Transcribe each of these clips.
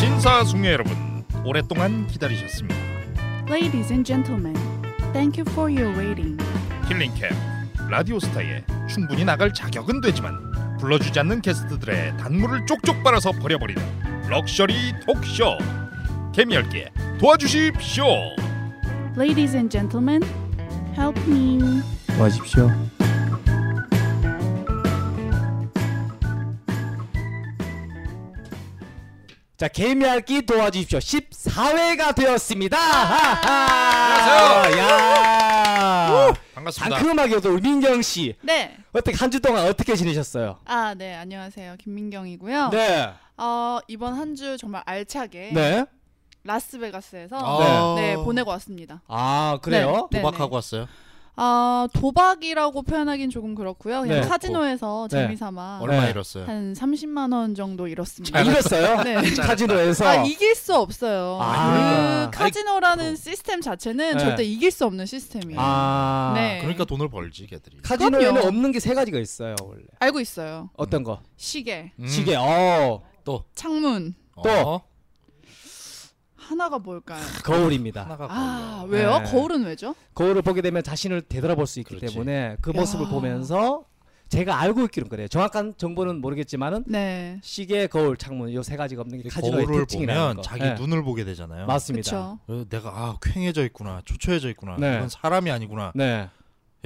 전사숭례 여러분 오랫동안 기다리셨습니다. Ladies and gentlemen, thank you for your waiting. 힐링캠 라디오 스타에 충분히 나갈 자격은 되지만 불러주지 않는 게스트들의 단물을 쪽쪽 빨아서 버려버리는 럭셔리 톡쇼 개미열게 도와주십시오. Ladies and gentlemen, help me. 도와십시오. 자, 개미알기 도와주십시오. 14회가 되었습니다. 아. 안녕하세요. 안녕하세요. 야. 아, 반갑습니다. 상큼하게도 우리 민경 씨. 네. 어떻게 한 주 동안 어떻게 지내셨어요? 아, 네. 안녕하세요. 김민경이고요. 네. 어, 이번 한 주 정말 알차게 네. 라스베가스에서 아. 네, 보내고 왔습니다. 아, 그래요? 네, 도박하고 왔어요. 아, 도박이라고 표현하긴 조금 그렇고요. 그냥 네. 카지노에서 네. 재미삼아 얼마 네. 잃었어요? 한 30만 원 정도 아, 잃었습니다. 이랬어요? 네. 카지노에서. 아 이길 수 없어요. 아. 그 카지노라는 시스템 자체는 네. 절대 이길 수 없는 시스템이에요. 아. 네. 그러니까 돈을 벌지 걔들이. 카지노에는 그럼요. 없는 게 세 가지가 있어요, 원래. 알고 있어요. 어떤 거? 시계, 음, 시계. 어. 창문 어, 또. 하나가 뭘까요? 거울입니다. 하나가 아 걸려. 왜요? 네. 거울은 왜죠? 거울을 보게 되면 자신을 되돌아볼 수 있기 그렇지. 때문에 그 야. 모습을 보면서 제가 알고 있기는 그래요. 정확한 정보는 모르겠지만은 네. 시계, 거울, 창문 요 세 가지가 없는 게 카지노의 거울을 특징이라는 보면 거. 자기 예. 눈을 보게 되잖아요. 맞습니다. 그렇죠. 어, 그래서 내가 아 퀭해져 있구나, 초췌해져 있구나. 네. 이건 사람이 아니구나. 네.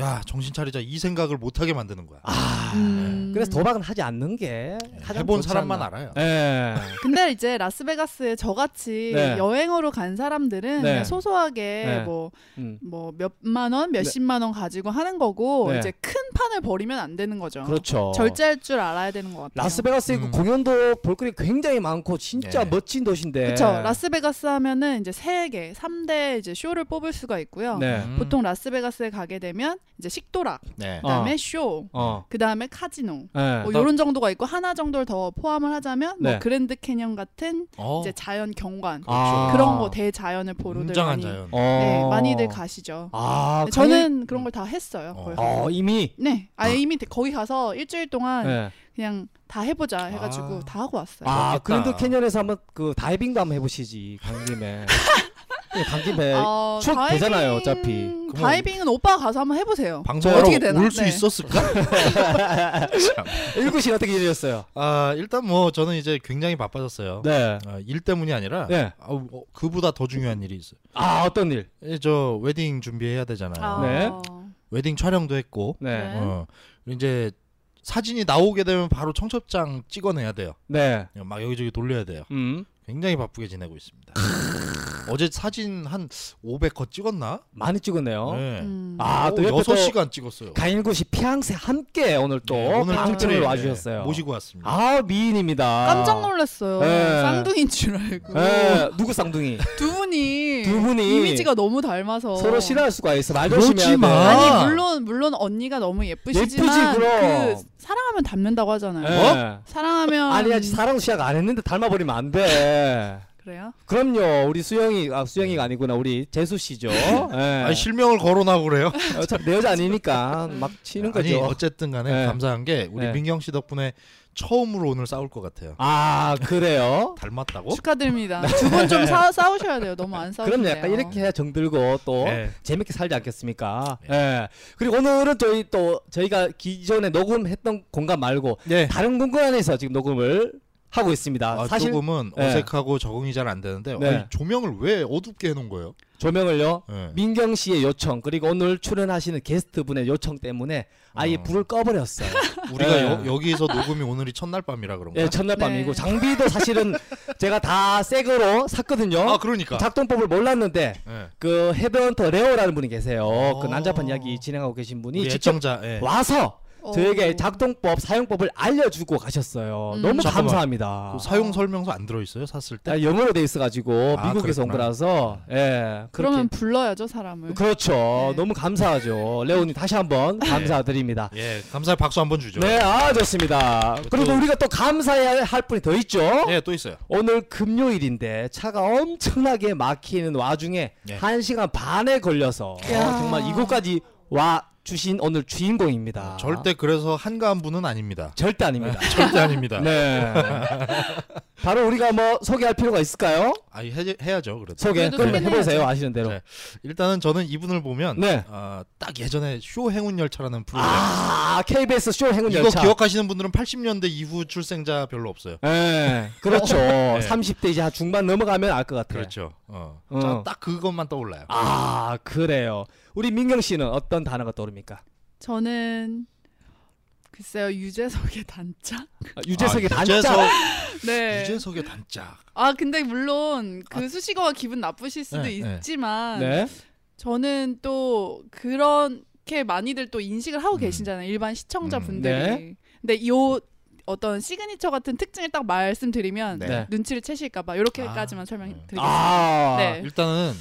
야 정신 차리자 이 생각을 못하게 만드는 거야. 네. 아, 음... 그래서 도박은 하지 않는 게 가장 해본 좋지 사람만 않나. 알아요. 예. 근데 이제 라스베가스에 저같이 네. 여행으로 간 사람들은 네. 그냥 소소하게 네. 뭐 음. 뭐 몇만 원, 몇십만 원 가지고 하는 거고 네. 이제 큰 판을 버리면 안 되는 거죠. 그렇죠. 절제할 줄 알아야 되는 것 같아요. 라스베가스에 그 음. 공연도 볼거리 굉장히 많고 진짜 네. 멋진 도시인데. 그렇죠. 라스베가스 하면은 이제 세 개, 3대 이제 쇼를 뽑을 수가 있고요. 네. 음, 보통 라스베가스에 가게 되면 이제 식도락, 네. 어. 그다음에 쇼, 어. 그다음에 카지노. 예. 뭐 이런 정도가 있고 하나 정도를 더 포함을 하자면 뭐 네. 그랜드 캐년 같은 어, 이제 자연 경관 아. 그런 거 대자연을 보러들 웅장한 많이 자연. 어. 네, 많이들 가시죠. 네, 아, 저는 그런 걸 다 했어요. 어. 거의. 어, 이미 네, 아 이미 거기 가서 일주일 동안 예. 그냥 다 해보자 해가지고 아. 다 하고 왔어요. 아, 좋겠다. 그랜드 캐년에서 한번 그 다이빙도 한번 해보시지 간 김에. 예, 간 김에. 어, 추억 되잖아요, 어차피. 그럼- 다이빙은 오빠가 가서 한번 해보세요. 방송하러 어떻게 되나? 올 수 네. 있었을까? 일구 씨는 어떻게 지내셨어요? 아 일단 뭐 저는 이제 굉장히 바빠졌어요. 네. 아, 일 때문이 아니라 네. 아, 어, 그보다 더 중요한 일이 있어요. 아 어떤 일? 예, 저 웨딩 준비해야 되잖아요. 아, 네. 웨딩 촬영도 했고 네. 네. 어, 이제 사진이 나오게 되면 바로 청첩장 찍어내야 돼요. 네. 막 여기저기 돌려야 돼요. 음. 굉장히 바쁘게 지내고 있습니다. 어제 사진 한 500컷 찍었나? 많이 찍었네요. 네. 음. 아, 또 옆에 여섯 또 시간 찍었어요. 가인구 씨 피앙새 함께 오늘 또 네, 방청을 특별히, 와주셨어요. 네, 모시고 왔습니다. 아 미인입니다. 깜짝 놀랐어요. 네. 쌍둥이인 줄 알고 예, 누구 쌍둥이? 두 분이 두 분이 이미지가 너무 닮아서 서로 싫어할 수가 있어. 말 그러지 조심해야 돼. 마. 아니, 아니 물론 물론 언니가 너무 예쁘시지만 예쁘지, 그럼. 그 사랑하면 닮는다고 하잖아요. 예. 사랑하면 아니 아직 사랑 시작 안 했는데 닮아버리면 안 돼. 그래요? 그럼요. 우리 수영이 아 수영이가 아니구나. 우리 재수 씨죠. 예. 아니, 실명을 거론하고 그래요. 어차피 내 여자 아니니까 막 치는 아니 거죠. 어쨌든 간에 네. 감사한 게 우리 네. 민경 씨 덕분에 처음으로 오늘 싸울 것 같아요. 아 그래요? 닮았다고? 축하드립니다. 두 분 좀 싸우셔야 돼요. 너무 안 싸우시네요. 뭐? 네. 그럼 약간 이렇게 해야 정들고 또 네. 재밌게 살지 않겠습니까? 예. 네. 그리고 오늘은 저희 또 저희가 기존에 녹음했던 공간 말고 네. 다른 공간 안에서 지금 녹음을 하고 있습니다. 아, 사실 조금은 네. 어색하고 적응이 잘 안 되는데 네. 아니, 조명을 왜 어둡게 해놓은 거예요? 조명을요. 네. 민경 씨의 요청 그리고 오늘 출연하시는 게스트 분의 요청 때문에 아예 어. 불을 꺼버렸어요. 우리가 예. 여, 여기서 녹음이 오늘이 첫날 밤이라 그런가? 예, 첫날 밤이고 네. 장비도 사실은 제가 다 새거로 샀거든요. 아 그러니까. 작동법을 몰랐는데 예. 그 헤드헌터 레오라는 분이 계세요. 그 어. 난잡한 이야기 진행하고 계신 분이 우리 직접 애청자. 예. 와서 어. 저에게 작동법 사용법을 알려주고 가셨어요. 음. 너무 잠깐만. 감사합니다. 그 사용 설명서 안 들어 있어요? 샀을 때? 아, 영어로 돼 있어가지고 아, 미국에서 온 그랬구나. 거라서 예 그러면 그렇게 불러야죠 사람을. 그렇죠. 네. 너무 감사하죠. 레오님 다시 한번 네. 감사드립니다. 예, 감사의 박수 한번 주죠. 네, 아 좋습니다. 또- 그리고 우리가 또 감사해야 할 분이 더 있죠. 예, 또 있어요. 오늘 금요일인데 차가 엄청나게 막히는 와중에 네. 한시간 반에 걸려서 야. 정말 이곳까지 와 주신 오늘 아, 주인공입니다. 절대 그래서 한가한 분은 아닙니다. 네. 절대 아닙니다. 절대 아닙니다. 네. 바로 우리가 뭐 소개할 필요가 있을까요? 아니 해, 해야죠 그래도. 소개 그래도 그럼 소개는 해보세요 해야죠. 아시는 대로. 네. 일단은 저는 이분을 보면 네. 아, 딱 예전에 쇼 행운 열차라는 프로그램 아 KBS 쇼 행운 이거 열차. 기억하시는 분들은 80년대 이후 출생자 별로 없어요. 예, 그렇죠. 30대 이제 한 중반 넘어가면 알 것 같아요. 네. 그렇죠. 어. 어. 저딱 그것만 떠올라요. 아 그래요. 우리 민경 씨는 어떤 단어가 떠오릅니까? 저는 글쎄요 유재석의 단짝. 아, 유재석의 아, 단짝. 유재석, 네. 유재석의 단짝. 아 근데 물론 그 수식어가 기분 나쁘실 수도 네, 네. 있지만 네. 저는 또 그렇게 많이들 또 인식을 하고 음. 계시잖아요. 일반 시청자분들이. 음, 네. 근데 요 어떤 시그니처 같은 특징을 딱 말씀드리면 네. 네. 눈치를 채실까봐 이렇게까지만 설명드리겠습니다. 아. 네. 일단은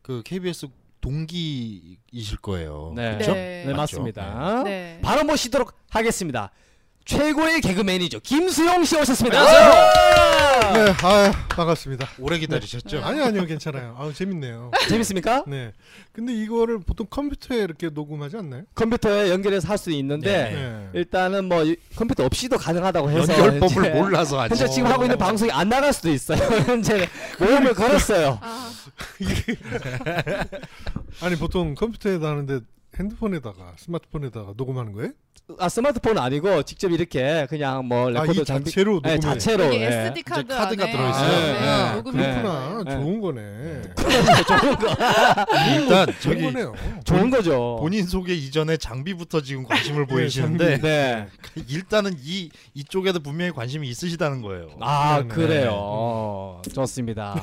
그 KBS 동기이실 거예요. 네. 그렇죠? 네. 네, 맞죠? 맞습니다. 네. 바로 모시도록 하겠습니다. 최고의 개그맨이죠. 김수영 씨 오셨습니다. 네, 아 반갑습니다. 오래 기다리셨죠? 아니요, 아니요, 괜찮아요. 아 재밌네요. 재밌습니까? 네. 근데 이거를 보통 컴퓨터에 이렇게 녹음하지 않나요? 컴퓨터에 연결해서 할 수 있는데 네. 네. 일단은 뭐 이- 컴퓨터 없이도 가능하다고 해서 연결법을 이제 몰라서 그러니까. 아직. 현재 지금 하고 있는 방송이 안 나갈 수도 있어요. 현재 모험을 걸었어요. 아, 아니 보통 컴퓨터에다 하는데 핸드폰에다가 스마트폰에다가 녹음하는 거예요? 아 스마트폰 아니고 직접 이렇게 그냥 뭐 아, 레코더 이 장비 자체로 녹음해. 네, 자체로 여기 예. SD 카드 이제 카드가 안에 들어있어요. 네. 녹음이 그렇구나. 네. 좋은 거네. 좋은 거 음. 일단 음. 좋은 저기 거네요. 좋은 거죠. 본인 소개 이전에 장비부터 지금 관심을 네, 보이시는데 네. 일단은 이 이쪽에도 분명히 관심이 있으시다는 거예요. 아 네, 네. 그래요. 좋습니다.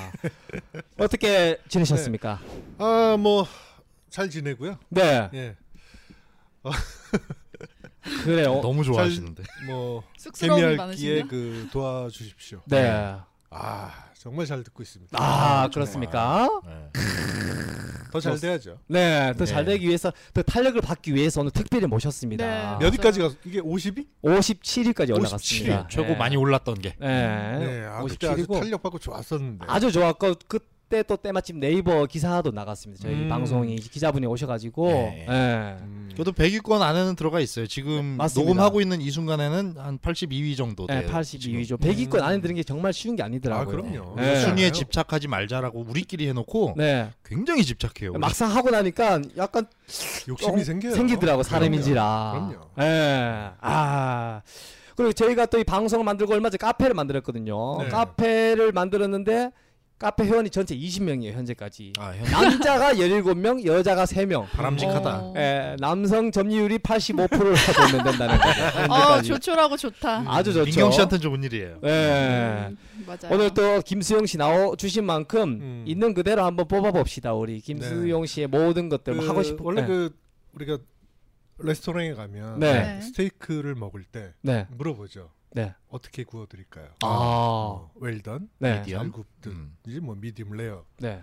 어떻게 지내셨습니까? 아, 뭐 잘 지내고요. 네. 예. 그래요. 너무 좋아하시는데. 뭐 쑥스러움이 개미할기에 많으시네요. 그 도와주십시오. 네. 아, 정말 잘 듣고 있습니다. 아 정말. 그렇습니까? 네. 더 잘 돼야죠. 네, 더 잘 네. 되기 위해서, 더 탄력을 받기 위해서 오늘 특별히 모셨습니다. 네. 몇 위까지 가서 이게 50위? 57위까지 올라갔습니다. 네. 최고 많이 올랐던 게. 네, 네. 아, 그때 아주 57위고 탄력 받고 좋았었는데. 아주 좋았고 그때 또 때마침 네이버 기사도 나갔습니다. 저희 음. 방송이 기자분이 오셔가지고, 네. 네. 음. 저도 100위권 안에는 들어가 있어요. 지금 맞습니다. 녹음하고 있는 이 순간에는 한 82위 정도 뭐 돼요. 네, 82위 죠 지금. 100위권 안에 드는 게 정말 쉬운 게 아니더라고요. 아, 그럼요. 네. 순위에 그렇잖아요. 집착하지 말자라고 우리끼리 해놓고 네, 굉장히 집착해요. 우리. 막상 하고 나니까 약간 욕심이 어, 생겨요. 생기더라고 그럼요. 사람인지라. 그럼요. 예. 아. 그리고 저희가 또 이 방송을 만들고 얼마 전에 카페를 만들었거든요. 네. 카페를 만들었는데 카페 회원이 전체 20명이에요, 현재까지. 아, 형, 남자가 17명, 여자가 3명. 바람직하다. 어. 예, 남성 점유율이 85%를 보면 된다는 거죠. 아, 현재까지. 조촐하고 좋다. 아주 좋죠. 민경 씨한테는 좋은 일이에요. 예. 음, 맞아요. 오늘 또 김수영 씨 나와 주신 만큼 음. 네. 있는 그대로 한번 뽑아 봅시다. 우리 김수영 씨의 모든 것들 뭐 그 하고 싶은 원래 네. 그 우리가 레스토랑에 가면 네. 네. 스테이크를 먹을 때 네. 물어보죠. 네. 어떻게 구워 드릴까요? 아. 어, 웰던, 네. 미디어. 잘 미디엄? 음. 굽든지 뭐 미디움 레어. 네.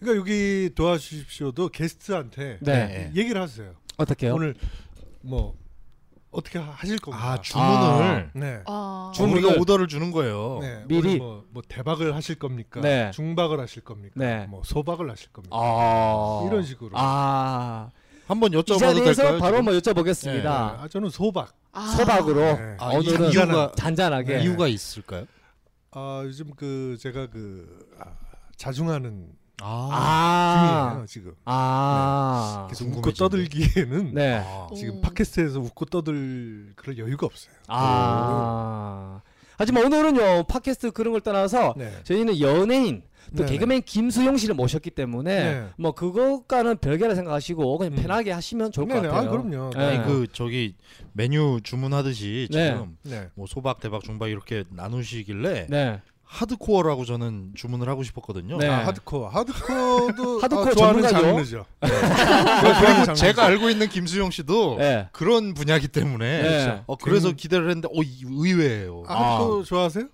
그러니까 여기 도와주십시오도 게스트한테 네. 네. 얘기를 하세요. 어떻게요? 오늘 뭐 어떻게 하- 하실 겁니다. 아 주문을 네. 아, 주- 주문을- 우리가 오더를 주는 거예요. 네. 어, 미리. 오늘 뭐, 뭐 대박을 하실 겁니까? 네. 중박을 하실 겁니까? 네. 뭐 소박을 하실 겁니까? 아 이런 식으로. 아. 한번 이 여쭤봐도 자리에서 될까요? 바로 지금? 한번 네. 여쭤보겠습니다. 아, 저는 소박. 아. 소박으로 네. 아, 이 오늘은 이유가 잔잔하게 네. 이유가 있을까요? 아 요즘 그 제가 그 아, 자중하는 아, 아. 중이에요 지금. 아. 그래서 웃고 궁금해지네. 떠들기에는 네. 지금 오. 팟캐스트에서 웃고 떠들 그럴 여유가 없어요. 아. 하지만 오늘은요. 팟캐스트 그런 걸 떠나서 네. 저희는 연예인 또 네네. 개그맨 김수영 씨를 모셨기 때문에 네. 뭐 그것과는 별개라 생각하시고 그냥 음. 편하게 하시면 좋을 것 네네, 같아요. 아, 그럼요. 네. 아니 그 저기 메뉴 주문하듯이 네. 지금 네. 뭐 소박 대박 중박 이렇게 나누시길래 네. 하드코어라고 저는 주문을 하고 싶었거든요. 네. 아, 하드코어. 하드코어도 하드코어 아, 좋아하는 전문가죠? 장르죠. 제가 좋아하는 장르죠. 제가 알고 있는 김수영 씨도 네. 그런 분야기 때문에 네. 어, 그래서 기대를 했는데 어 이- 의외예요. 아, 하드코어 좋아하세요?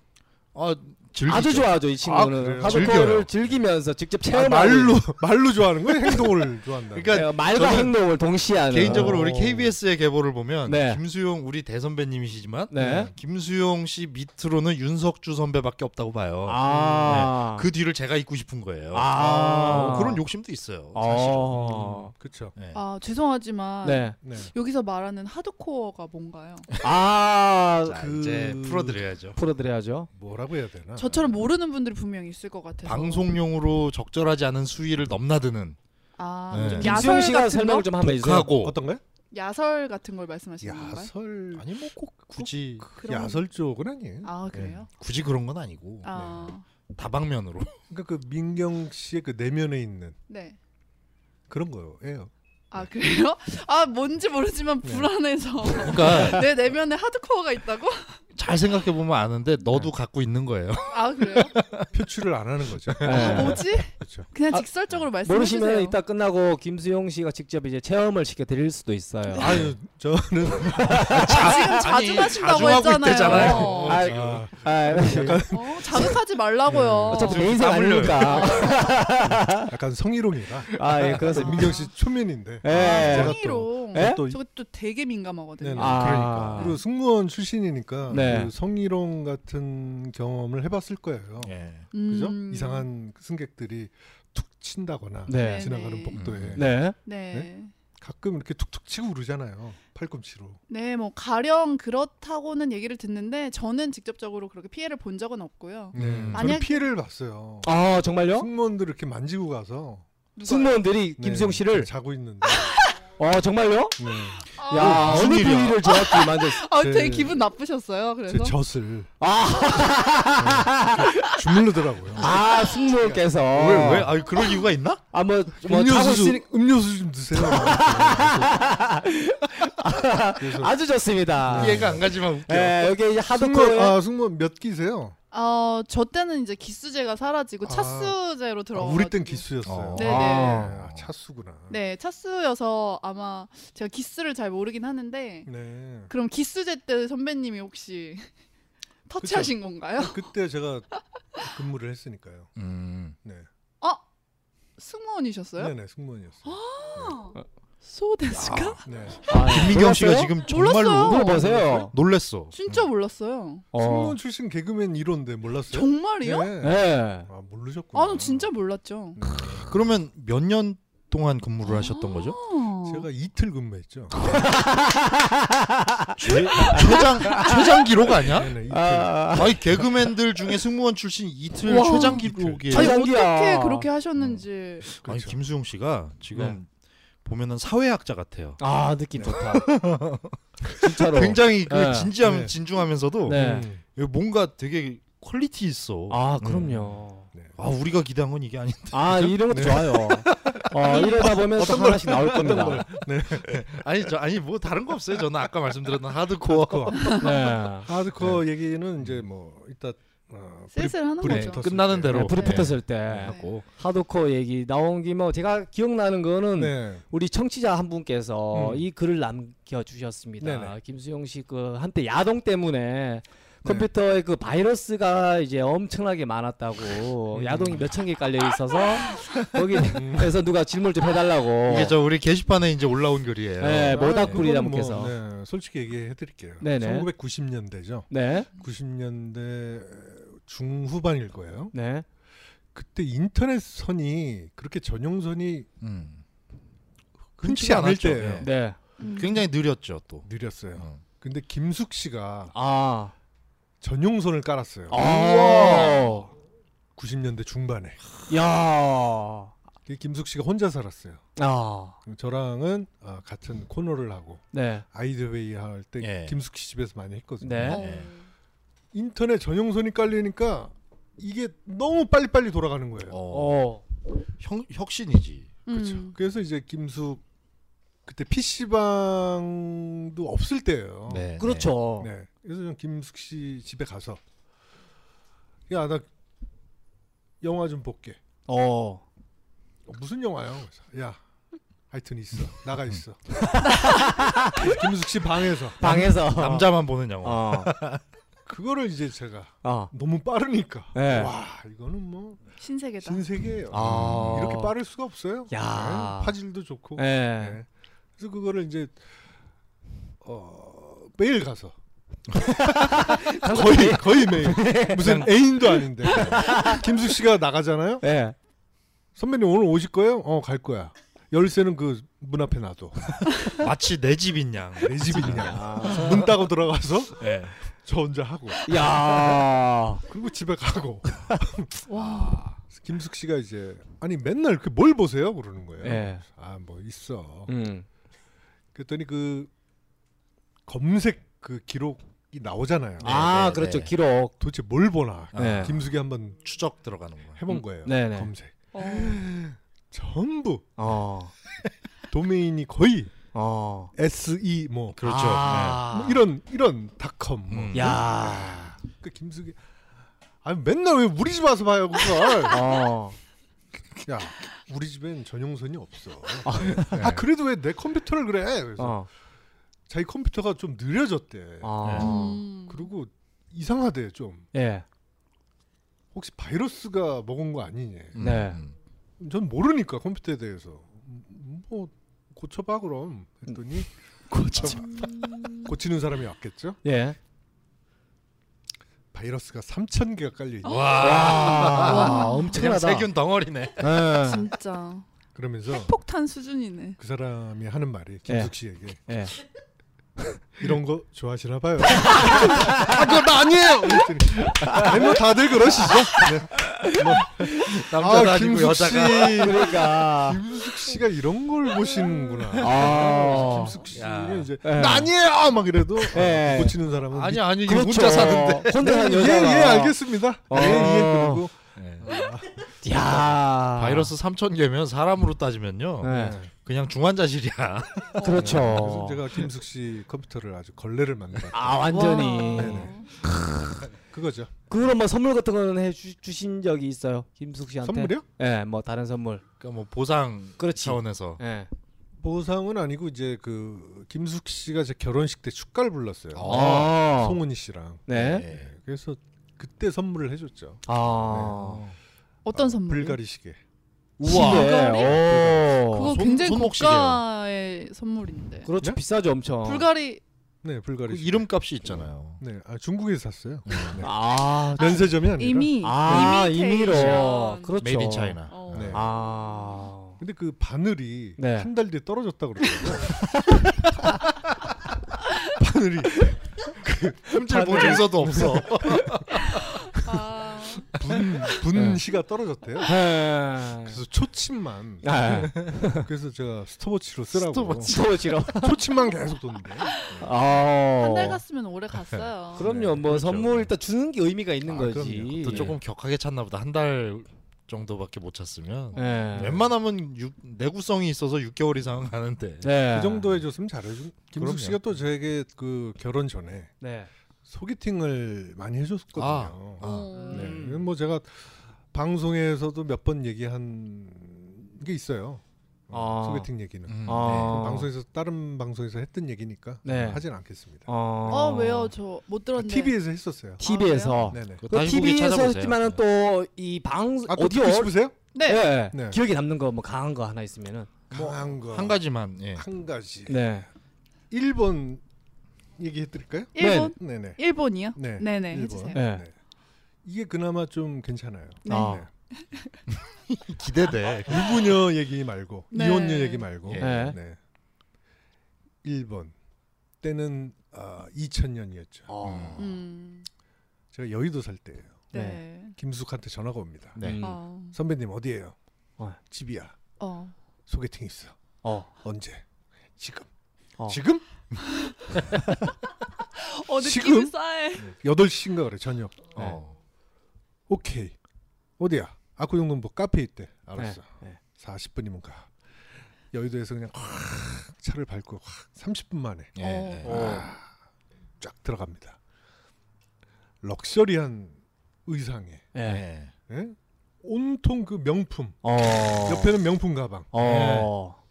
아 즐기죠. 아주 좋아하죠 이 친구는 그래요? 하드코어를 즐겨요. 즐기면서 직접 아, 체험하고 말로 말로 좋아하는 거예요? 행동을 좋아한다. 그러니까 예, 말과 저는 행동을 동시에 하는 개인적으로 어. 우리 KBS의 계보를 보면 네. 김수용 우리 대선배님이시지만 네. 김수용 씨 밑으로는 윤석주 선배밖에 없다고 어. 봐요. 아. 그 뒤를 제가 잇고 싶은 거예요. 아. 어, 그, 그런 욕심도 있어요. 사실은. 어. 그렇죠. 네. 아 죄송하지만 네. 네. 여기서 말하는 하드코어가 뭔가요? 아. 자, 이제 풀어드려야죠. 풀어드려야죠. 뭐라고 해야 되나? 저처럼 모르는 분들이 분명히 있을 것 같아서 방송용으로 적절하지 않은 수위를 넘나드는 아, 네. 좀 김수영 야설 씨가 같은 설명을 거? 좀 한번 해주세요. 하고 어떤가요? 야설 같은 걸 말씀하시는 건가요? 야설 아니 뭐 꼭 굳이 그런- 야설 쪽은 아니에요. 아 그래요? 네. 굳이 그런 건 아니고 네. 아 다방면으로 그러니까 그 민경 씨의 그 내면에 있는 네. 그런 거예요. 아 그래요? 아 뭔지 모르지만 네. 불안해서 그러니까 내 내면에 하드코어가 있다고? 잘 생각해 보면 아는데 너도 갖고 있는 거예요. 아 그래요? 아, 표출을 안 하는 거죠. 네. 뭐지? 그렇죠. 그냥 아, 직설적으로 말씀해 주세요. 모르시면 이따 끝나고 김수용 씨가 직접 이제 체험을 시켜드릴 수도 있어요. 아유 저는 지금 자주 아니, 하신다고 자주 하고 했잖아요. 있대잖아요. 어, 아, 아, 아, 어, 자극하지 말라고요. 네. 어차피 좀 내 인생 땀 흘려요. 아닙니까? 약간 성희롱이라. 네. 아, 예, 그렇습니다. 그래서 민경 씨 초면인데. 예. 아, 제가 또- 성희롱. 예? 또 저거 또 되게 민감하거든요. 네네. 아. 그러니까. 그리고 승무원 출신이니까 네. 그 성희롱 같은 경험을 해봤을 거예요. 예. 음. 그죠? 이상한 승객들이 툭 친다거나 네. 지나가는 네네. 복도에 네. 네. 가끔 이렇게 툭툭 치고 그러잖아요. 팔꿈치로. 네, 뭐 가령 그렇다고는 얘기를 듣는데 저는 직접적으로 그렇게 피해를 본 적은 없고요. 음. 네. 저는 만약에- 피해를 봤어요. 아, 정말요? 승무원들 이렇게 만지고 가서 누가요? 승무원들이 네, 김수용 씨를 자고 있는데 어, 정말요? 네. 아, 야, 무슨 어느 일이야? 부위를 정확히 만졌어? 아, 되게 네. 기분 나쁘셨어요. 제 그래서 젖을 아, 주물르더라고요. 아, 승무원께서 음. 왜 왜? 아 그럴 이유가 있나? 아, 뭐, 뭐 자고 음료수 있으니 좀, 음료수 좀 드세요. 그래서 아주 좋습니다. 이해가 안 가지만 웃겨. 예, 여기 이제 승무원, 하드코어. 아, 승무원 몇 기세요? 어, 저 때는 이제 기수제가 사라지고 아. 차수제로 아, 들어가 우리 땐 기수였어요. 어. 네, 아. 아, 차수구나. 네, 차수여서 아마 제가 기수를 잘 모르긴 하는데 네. 그럼 기수제 때 선배님이 혹시 터치하신 건가요? 그때 제가 근무를 했으니까요. 음. 네. 승무원이셨어요? 네네 승무원이었어요. 소데스까? 네. 아, 김민경 씨가 몰랐어요? 지금 몰랐어요. 정말로 물어보세요. 놀랬어. 진짜 몰랐어요. 어. 승무원 출신 개그맨 1호인데 몰랐어요? 정말이요? 네. 예. 아 모르셨구나. 아, 나 진짜 몰랐죠. 네. 그러면 몇 년 동안 근무를 하셨던 거죠? 아. 제가 이틀 근무했죠. 최, 아, 최장 최장 기록 아니야? 네네 이틀. 아, 아니 개그맨들 중에 승무원 출신 이틀 와. 최장 기록이에요. 아니 아니, 최장기야. 어떻게 그렇게 하셨는지 그렇죠. 김수용 씨가 지금 보면은 사회학자 같아요. 아, 느낌 좋다. 진짜로. 굉장히 그 네. 진지함 네. 진중하면서도 네. 음. 뭔가 되게 퀄리티 있어. 아, 음. 그럼요. 네. 아 우리가 기대한 건 이게 아닌데. 아, 이런 것도 네. 좋아요. 어, 이러다 보면 또 하나씩 나올 겁니다. 아니 저 아니 뭐 다른 거 없어요. 저는 아까 말씀드렸던 하드코어. 네. 하드코어 아, 그 얘기는 이제 뭐 이따 어, 브리- 슬슬 하는 브리프 거죠. 떴을 끝나는 때. 대로. 네, 불이 네. 붙었을 때 네. 하고. 하드코어 얘기 나온 김에 뭐 제가 기억나는 거는 네. 우리 청취자 한 분께서 음. 이 글을 남겨 주셨습니다. 네네. 김수용 씨 그 한때 야동 때문에 컴퓨터에 그 바이러스가 이제 엄청나게 많았다고 음. 야동이 몇 천 개 깔려 있어서 거기에서 누가 질문 좀 해달라고. 이게 저 우리 게시판에 이제 올라온 글이에요. 네, 모닥불이라 그건 뭐, 분께서. 네, 솔직히 얘기해 드릴게요. 네네. 1990년대죠. 네, 90년대 중후반일 거예요. 네, 그때 인터넷 선이 그렇게 전용선이 음. 흔치 않을 않았죠. 때예요. 예. 네. 음. 굉장히 느렸죠 또. 느렸어요. 어. 근데 김숙 씨가 아, 전용선을 깔았어요. 아, 90년대 중반에. 야, 그 김숙 씨가 혼자 살았어요. 아, 저랑은 아, 같은 코너를 하고 네, 아이드웨이 할 때 예. 김숙 씨 집에서 많이 했거든요. 네. 어. 네. 인터넷 전용선이 깔리니까 이게 너무 빨리빨리 돌아가는 거예요. 어. 어, 혁, 혁신이지. 그렇죠. 음. 그래서 이제 김숙 그때 PC방도 없을 때예요. 네, 네. 그렇죠. 네. 그래서 저는 김숙 씨 집에 가서 야 나 영화 좀 볼게. 어, 어, 무슨 영화요? 그래서, 야 하여튼 있어 나가 있어. 그래서 김숙 씨 방에서 방에서 남자만 보는 네. 영화. 어, 그거를 이제 제가 어. 너무 빠르니까 예. 와 이거는 뭐 신세계다. 신세계예요. 아. 이렇게 빠를 수가 없어요. 야. 네, 화질도 좋고. 예. 네. 그래서 그거를 이제 어, 매일 가서 거의 거의 매일 무슨 애인도 아닌데 김숙 씨가 나가잖아요. 예. 선배님 오늘 오실 거예요? 어 갈 거야. 열쇠는 그 문 앞에 놔둬. 마치 내 집인 양. 내 집이냐. 문 따고 들어가서 예. 저 혼자 하고 야. 그리고 집에 가고. 와. 김숙 씨가 이제 아니 맨날 그 뭘 보세요? 그러는 거예요. 예. 아 뭐 있어. 음. 그랬더니 그 검색 그 기록이 나오잖아요. 아, 네, 그렇죠. 네. 기록. 도대체 뭘 보나? 네. 김숙이 한번 추적 들어가는 거야. 해본 음, 거예요. 네네. 검색. 어. 전부 어. 도메인이 거의 어. SE 뭐, 그렇죠. 아. 뭐 이런 이런 닷컴 뭐. 음. 야. 그 김숙이 아 맨날 왜 우리 집 와서 봐요 그걸? 어. 야 우리 집엔 전용선이 없어. 아 그래도 왜 내 컴퓨터를 그래? 그래서 어. 자기 컴퓨터가 좀 느려졌대. 어. 음. 그리고 이상하대 좀. 예. 혹시 바이러스가 먹은 거 아니냐? 음, 네. 음. 전 모르니까 컴퓨터에 대해서 음, 뭐 고쳐봐 그럼 했더니 고쳐 고치는 사람이 왔겠죠? 예. 바이러스가 3천 개가 깔려 있는. 와. 그냥 아, 엄청나다. 세균 덩어리네. 예. 진짜 그러면서 폭탄 수준이네. 그 사람이 하는 말이 김숙 씨에게 예. 이런 거 좋아하시나 봐요. 아, 그건 아니에요. 그랬더니, 아니, 뭐 다들 그러시죠. 네. 뭐, 남자도 아, 니고 김숙 여자가. 씨, 그러니까. 김숙 씨가 이런 걸 보시는구나. 아. 김숙 어. 야. 씨는 이제 예. 나 아니에요 막 이래도 예. 고치는 사람은 아니 아니 이게 그렇죠. 혼자 사는데. 혼자 사는 예, 여자가. 예, 알겠습니다. 네, 어. 예, 예, 그리고 야. 네. 바이러스 3천 개면 사람으로 따지면요. 네. 그냥 중환자실이야. 그러니까 네. 그래서 그렇죠. 제가 김숙 씨 컴퓨터를 아주 걸레를 만들어 아 완전히. 와. 네, 그거죠. 그럼 뭐 선물 같은 거는 해 주, 주신 적이 있어요 김숙 씨한테? 선물이요? 예, 뭐 다른 선물. 그러니까 뭐 보상 그렇지. 차원에서. 예. 보상은 아니고 이제 그 김숙 씨가 제 결혼식 때 축가를 불렀어요. 아. 송은이 씨랑. 네. 예, 그래서 그때 선물을 해줬죠. 아. 아, 어떤 선물? 불가리 시계. 우와. 네. 불가리? 오. 그거 손- 굉장히 손목시계요. 고가의 선물인데. 그렇죠. 네? 비싸죠 엄청. 불가리 네, 불가리 그 시계. 이름값이 있잖아요. 네, 아, 중국에서 샀어요. 네. 아. 면세점이 아니라. 이미 아 이미테이션. 임의로. 그렇죠. 메이드 인 차이나. 어. 네. 아. 근데 그 바늘이 네. 한 달 뒤에 떨어졌다 그러더라고요. 바늘이 그 흠질 보증서도 없어. 아. 분, 네. 분 시가 떨어졌대요. 예. 그래서 초침만 예. 그래서 제가 스톱워치로 네. 쓰라고 스톱워치. 뭐 지로 지로. 초침만 계속 뒀는데 아. 한달 갔으면 오래 갔어요. 그럼요. 뭐 그렇죠. 선물 일단 주는 게 의미가 있는 네, 아, 거지. 그럼요. 또 조금 격하게 찼나 보다. 한 달 정도밖에 못 찼으면. 예. 네. 예. 웬만하면 육- 내구성이 있어서 6개월 이상 가는데. 네. 그 정도 해줬으면 잘해준 김숙 그럼요. 씨가 또 저에게 그 결혼 전에 네. 소개팅을 많이 해줬거든요. 아, 아. 어. 네, 이건 뭐 제가 방송에서도 몇 번 얘기한 게 있어요. 어, 아. 소개팅 얘기는 음, 아. 그 방송에서 다른 방송에서 했던 얘기니까 네. 하진 않겠습니다. 어. 아 왜요? 아, 저 못 들었는데. TV에서 했었어요. TV에서. 네네. 그거 그 다시 보기 TV에서 찾아보세요. 했지만은 또 이 방 아, 또 어디요? 듣고 싶으세요? 네. 예, 예. 네. 기억에 남는 거 뭐 강한 거 하나 있으면은. 강한 거. 한 가지만. 예. 한 가지. 네. 일본 얘기해 드릴까요? 일본. 네네. 일본이요? 네. 네네 일본. 해주세요. 네. 네. 이게 그나마 좀 괜찮아요. 네. 아. 그 기대돼. 유부녀 네, 그 얘기 말고 네. 이혼녀 얘기 말고. 예. 네. 네. 일본 때는 아, 2000년이었죠. 어. 음. 제가 여의도 살 때예요. 네. 김숙한테 전화가 옵니다. 네. 음. 어. 선배님 어디에요? 어. 집이야. 어. 소개팅 있어. 어. 언제? 지금. 어. 지금? 어 지금? 느낌이 싸해. 8시인가 그래 저녁. 네. 어. 오케이. 어디야? 아쿠정동 뭐 카페 있대. 알았어. 네, 네. 40분이면 가. 여의도에서 그냥 확 차를 밟고 확 30분 만에 예. 어. 예. 쫙 들어갑니다. 럭셔리한 의상에 예. 예. 예? 온통 그 명품. 어. 옆에는 네. 명품 가방. 어.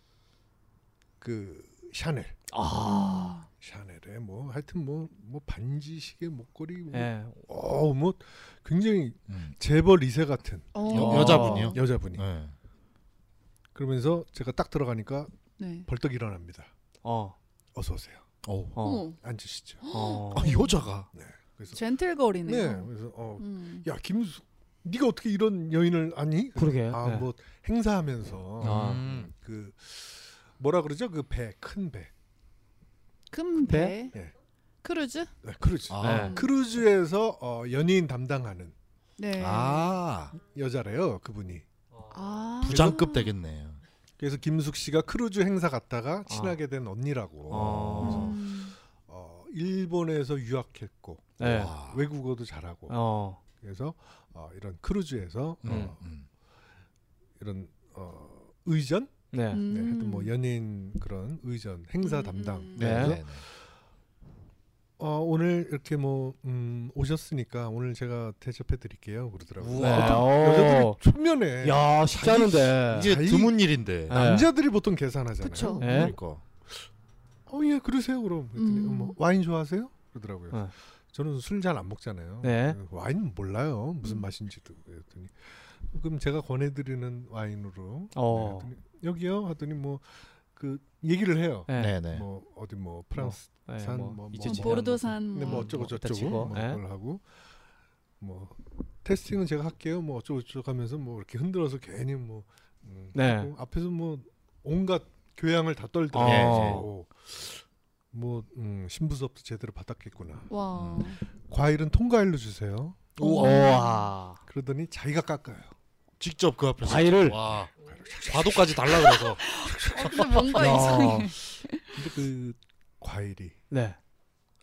그 샤넬. 아. 샤넬에 뭐 하여튼 뭐 뭐 반지 시계 목걸이 뭐 예. 어우 뭐 굉장히 음. 재벌 2세 같은 어. 여, 여자분이요. 여자분이 어. 네. 그러면서 제가 딱 들어가니까 네. 벌떡 일어납니다. 어. 어서 오세요. 어. 어. 어머, 앉으시죠. 어. 아, 여자가 그래서 네. 젠틀거리네요. 그래서 어, 음. 야 김수, 네가 어떻게 이런 여인을 아니? 그러게. 아 예. 뭐 행사하면서 아. 음. 그 뭐라 그러죠? 그 배, 큰 배. 큰 배. 네. 크루즈? 네, 크루즈. 아. 네. 크루즈에서 어, 연예인 담당하는 네. 아. 여자래요, 그분이. 아. 부장급 되겠네요. 그래서 김숙 씨가 크루즈 행사 갔다가 친하게 된 언니라고. 아. 뭐. 어. 음. 어, 일본에서 유학했고 네. 와. 외국어도 잘하고. 어. 그래서 어, 이런 크루즈에서 음. 어, 음. 이런 어, 의전, 네. 네, 음. 하여튼 뭐 연예인 그런 의전 행사 음. 담당. 네. 그래서 네. 어, 오늘 이렇게 뭐 음, 오셨으니까 오늘 제가 대접해 드릴게요. 그러더라고요. 우와. 네. 보통 오. 여자들이 초면에 야, 쉽지 않은데. 이게 자기- 드문 일인데. 네. 남자들이 보통 계산하잖아요. 그쵸. 어, 네. 그러니까. 어, 예, 그러세요. 그럼 그랬더니 음. 어머, 와인 좋아하세요? 그러더라고요. 네. 저는 술 잘 안 먹잖아요. 그 네. 음. 와인 몰라요. 무슨 맛인지도. 그랬더니 그럼 제가 권해드리는 와인으로 어. 네, 그랬더니 여기요. 하더니 뭐 그 얘기를 해요. 예. 네, 네. 뭐 어디 뭐 프랑스 예, 산, 뭐 뭐, 이제 뭐, 지나는 보르도산 근데 뭐 뭐 어쩌고 어쩌다 저쩌고 치고, 뭐 예. 그걸 하고 뭐 테스팅은 제가 할게요. 뭐 어쩌고 저쩌고 하면서 뭐 이렇게 흔들어서 괜히 뭐 음, 네. 하고 앞에서 뭐 온갖 교양을 다 어. 떨더라고. 뭐 음, 신부수업도 제대로 받았겠구나. 와. 어, 과일은 통과일로 주세요. 거. 우와. 그러더니 자기가 깎아요. 직접 그 앞에서 과일을. 와. 과도까지 달라 그래서. 어, 근데 뭔가 야. 이상해. 근데 그 과일이 네.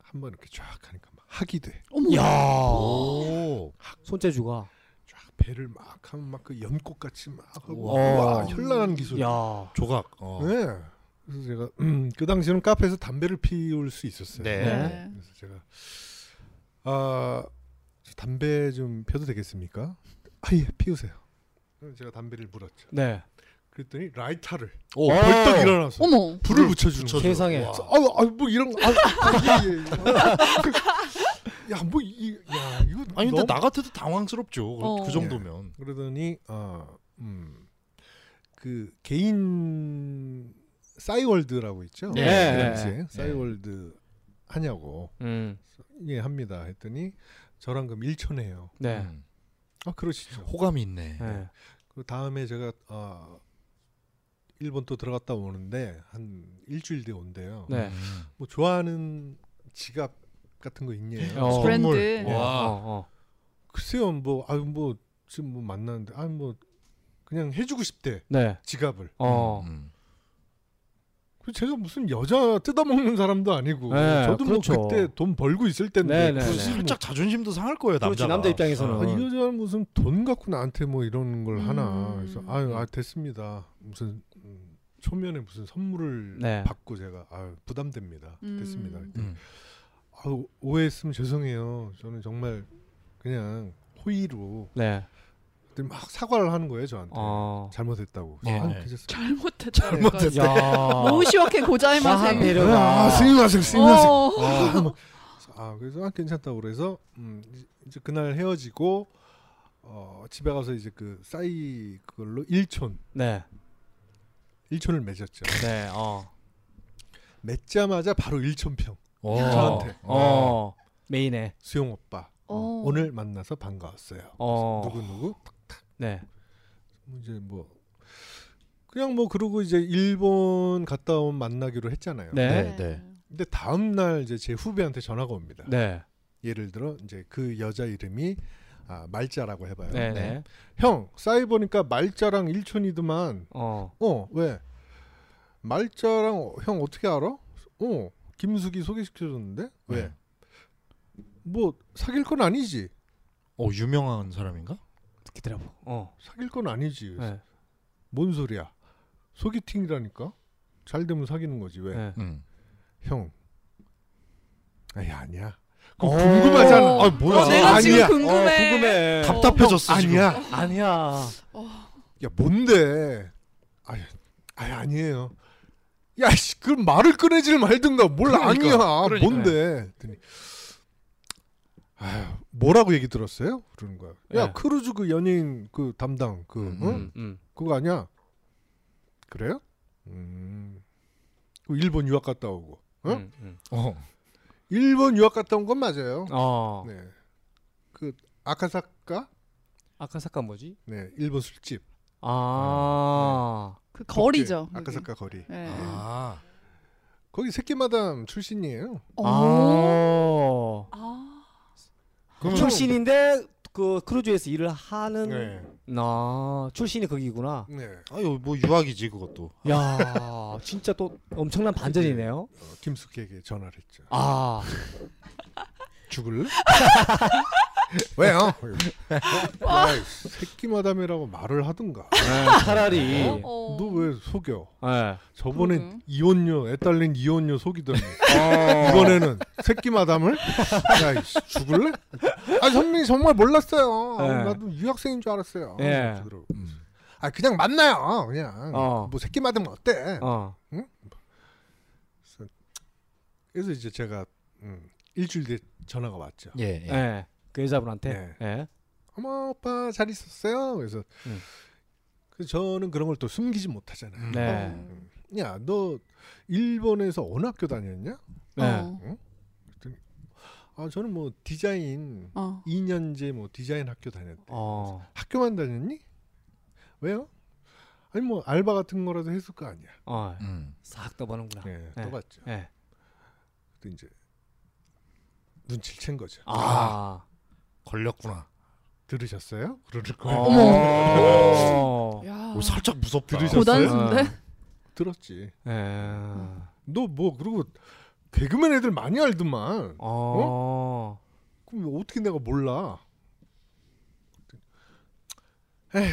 한 번 이렇게 쫙 하니까 막 학이 돼. 어머. 야. 오. 손재주가. 쫙 배를 막 하면 막 그 연꽃같이 막 하고 우와. 와 현란한 기술. 어. 야. 조각. 어. 네. 그래서 제가 음, 그 당시에는 카페에서 담배를 피울 수 있었어요. 네. 네. 그래서 제가 아 담배 좀 펴도 되겠습니까? 아예 피우세요. 그래서 제가 담배를 물었죠. 네. 그랬더니 라이터를 오. 벌떡 일어나서 어머. 불을 붙여주는 붙여줘. 거예요. 세상에. 와. 아유, 아유 뭐 이런 거, 아유, 예, 예. 야, 뭐 이, 야, 이거 아니 근데 너무- 나 같아도 당황스럽죠. 그- 어. 그 정도면. 그러더니 어, 음, 그 개인 싸이월드라고 있죠. 네. 그 네. 당시에 네. 싸이월드 하냐고 음. 예 합니다 했더니 저랑 그럼 1천 해요. 네. 음. 아 그러시죠. 호감이 있네. 음. 예. 그 다음에 제가 어, 일본 또 들어갔다 오는데 한 일주일 뒤에 온대요. 네. 음. 뭐 좋아하는 지갑 같은 거 있냐? 어. 브랜드. 선물. 아. 와. 어, 어. 글쎄요, 뭐 아유 뭐 지금 뭐 만났는데 아유 뭐 그냥 해주고 싶대 네. 지갑을. 어. 음. 그 제가 무슨 여자 뜯어먹는 사람도 아니고 네, 저도 그렇죠. 뭐 그때 돈 벌고 있을 네, 때인데 네, 어. 굳이 네. 뭐그 살짝 자존심도 상할 거예요 그렇지, 남자가. 음. 남자 입장에서는. 아, 이 여자는 무슨 돈 갖고 나한테 뭐 이런 걸 음. 하나 그래서 아유 아 됐습니다 무슨 음, 초면에 무슨 선물을 네. 받고 제가 아유 부담됩니다 음. 됐습니다 음. 아유 오해했으면 죄송해요 저는 정말 그냥 호의로 네. 근데 막 사과를 하는 거예요 저한테 어. 잘못했다고 네. 아유 괜찮습니다 잘못했다. 네. 잘못했다. 야. 노시오케 고자이마생. 과한 배려가. 아 스님하세요 스님하세요 어. 아, 뭐, 아, 그래서 아, 괜찮다고 그래서 음, 이제- 이제 그날 헤어지고 어, 집에 가서 이제 그 싸이 그걸로 일촌 네. 일촌을 맺었죠. 네. 어. 맺자마자 바로 일촌평 어. 저한테. 어. 메인에. 수용 오빠 어. 오늘 만나서 반가웠어요. 어. 누구 누구 네. 뭐 이제 뭐 그냥 뭐 그러고 이제 일본 갔다 온 만나기로 했잖아요. 네. 네, 네. 근데 다음 날 이제 제 후배한테 전화가 옵니다. 네. 예를 들어 이제 그 여자 이름이 아, 말자라고 해봐요. 네. 네. 형 싸이 보니까 말자랑 일촌이더만 어. 어 왜 말자랑 어, 형 어떻게 알아? 어 김숙이 소개시켜줬는데 왜? 왜 뭐 사귈 건 아니지 어 유명한 사람인가? 기다려 봐. 어. 사귈 건 아니지 네. 뭔 소리야 소개팅이라니까 잘 되면 사귀는 거지 왜 형 네. 음. 아니 아니야 그거 어. 궁금하잖아. 아 뭐야? 어, 내가 아니야. 지금 어, 궁금해. 궁금해. 답- 답답해졌어 지금. 아니야 아니야. 야 뭔데 아니 아니 아니에요 야, 씨, 그럼 말을 꺼내질 말든가. 뭘 그러니까, 아니야. 그러니까. 뭔데? 그랬더니 아휴, 뭐라고 얘기 들었어요? 그러는 거야. 야, 네. 크루즈 그 연예인 그 담당 그 음, 어? 음, 음. 그거 아니야? 그래요? 음. 그 일본 유학 갔다 오고. 어? 음, 음. 어. 일본 유학 갔다 온 건 맞아요. 어. 네. 그 아카사카? 아카사카 뭐지? 네, 일본 술집. 아. 그 거리죠. 네, 아카사카 거리. 거기. 예, 예. 아. 거기 새끼마담 출신이에요. 어. 아. 아. 출신인데 그 크루즈에서 일을 하는 네. 아, 출신이 거기구나. 네. 아유 뭐 유학이지 그것도. 야, 진짜 또 엄청난 반전이네요. 어, 김숙희에게 전화를 했죠. 아. 죽을래? 왜요? 야, 이 새끼마담이라고 말을 하든가. 네, 차라리 예. 어. 너 왜 속여? 네. 저번에 그러게. 이혼녀, 애딸린 이혼녀 속이더니 어. 이번에는 새끼마담을? 야, 이 씨, 죽을래? 아, 선배님 정말 몰랐어요. 네. 나도 유학생인 줄 알았어요. 네. 그러더라고. 음. 아, 그냥 만나요. 그냥 어. 뭐 새끼마담 어때? 어. 그래서 이제 제가 음, 일주일 뒤에 전화가 왔죠. 예. 예. 예. 그 여자분한테. 예. 어머 오빠 잘 있었어요. 그래서 음. 그 저는 그런 걸 또 숨기지 못하잖아요. 음. 어. 네. 야, 너 일본에서 어느 학교 다녔냐? 어. 네. 아, 저는 뭐 디자인 어. 어. 2년제 뭐 디자인 학교 다녔대. 어. 학교만 다녔니? 왜요? 아니 뭐 알바 같은 거라도 했을 거 아니야. 어. 음. 싹 떠보는구나. 예. 네, 네. 떠봤죠. 또 이제 눈치를 챈 거죠. 아. 걸렸구나. 들으셨어요? 그러는 거예요. 어머. 야. 오, 살짝 무섭다. 들으셨어요? 고단수인데. 들었지. 예. 너 뭐 그리고 개그맨 애들 많이 알더만. 어. 그럼 어떻게 내가 몰라? 에휴,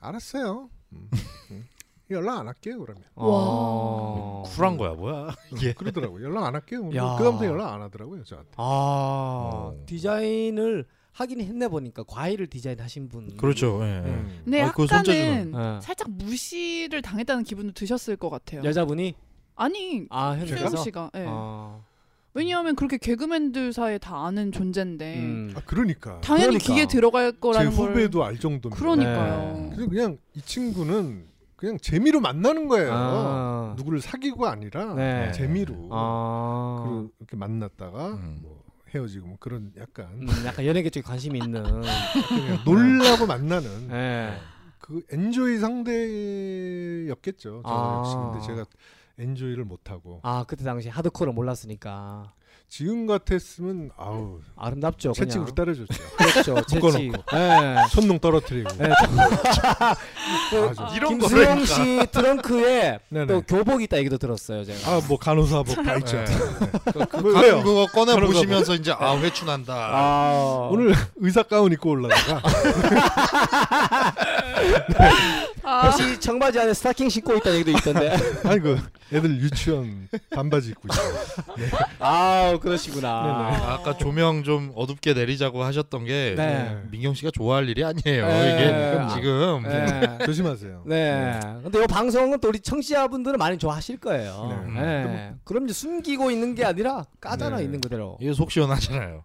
알았어요. 음, 음. 연락 안 할게요 그러면. 어. 와. 음. 쿨한 거야 뭐야? 예. 그러더라고. 연락 안 할게요. 그 야. 다음부터 연락 안 하더라고요 저한테. 아 어. 디자인을 하긴 했네 보니까 과일을 디자인하신 분 그렇죠. 예. 음. 네, 아니, 그거 손재주는. 아까는 예. 살짝 무시를 당했다는 기분도 드셨을 것 네. 같아요. 여자분이 아니 아 수영 현장에서 씨가. 예. 어. 왜냐하면 그렇게 개그맨들 사이에 다 아는 존재인데 음. 아 그러니까 당연히 그러니까. 기계 들어갈 제 거라는 걸. 후배도 알 정도면. 그러니까요. 네. 음. 그래서 그냥 이 친구는 그냥 재미로 만나는 거예요. 아. 누구를 사귀고 아니라 네. 재미로 아. 그리고 이렇게 만났다가 음. 뭐 헤어지고 뭐 그런 약간 음, 약간 연예계 쪽에 관심이 있는 그냥 놀라고 만나는 예. 그 엔조이 상대였겠죠. 저 아. 역시 근데 제가 엔조이를 못하고 아 그때 당시 하드코어를 몰랐으니까 지금 같았으면 아우 아름답죠 그냥 채찍으로 때려줬죠. 그렇죠 채찍 묶어놓고. 예. 손농 떨어뜨리고. 네. 아, 저- 이런 김수영 거를 씨 트렁크에 네네. 또 교복 있다 얘기도 들었어요 제가 아, 뭐 간호사복 다 있죠. 네. 왜요? 그거 꺼내 그런 거 보시면서 이제 아 회춘한다. 아. 오늘 의사 가운 입고 올라가. 아, 혹시 청바지 안에 스타킹 신고 있다 얘기도 있던데 아니 그 애들 유치원 반바지 입고 있어. 아 네, 그러시구나. 아. 아까 조명 좀 어둡게 내리자고 하셨던 게 네. 민경 씨가 좋아할 일이 아니에요. 네. 이게 지금 네. 조심하세요. 네. 근데 이 방송은 또 우리 청취자분들은 많이 좋아하실 거예요. 네. 네. 그럼 이제 숨기고 있는 게 아니라 까잖아 네. 있는 그대로. 이게 속 시원하잖아요.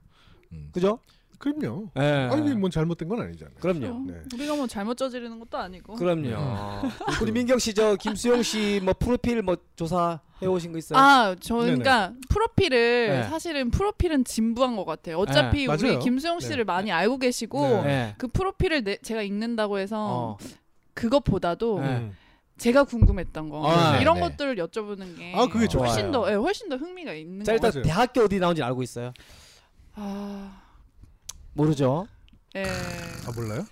그죠? 그럼요. 예. 아니 뭐. 이게 뭔 잘못된 건 아니잖아요. 그럼요. 네. 우리가 뭐 잘못 저지르는 것도 아니고. 그럼요. 우리 민경 씨 저 김수영 씨 뭐 프로필 뭐 조사해 오신 거 있어요? 아, 저 네네. 그러니까 프로필을 네. 사실은 프로필은 진부한 것 같아요. 어차피 네, 우리 맞아요. 김수영 씨를 많이 알고 계시고 네. 그 프로필을 내, 제가 읽는다고 해서 어. 그것보다도 네. 음. 제가 궁금했던 거 아, 이런 네. 것들을 여쭤보는 게 아, 그게 좋아요. 훨씬 더 예, 훨씬 더 흥미가 있는 자 거 일단 맞아요. 대학교 어디 나온지 알고 있어요? 아, 모르죠. 예. 아 몰라요?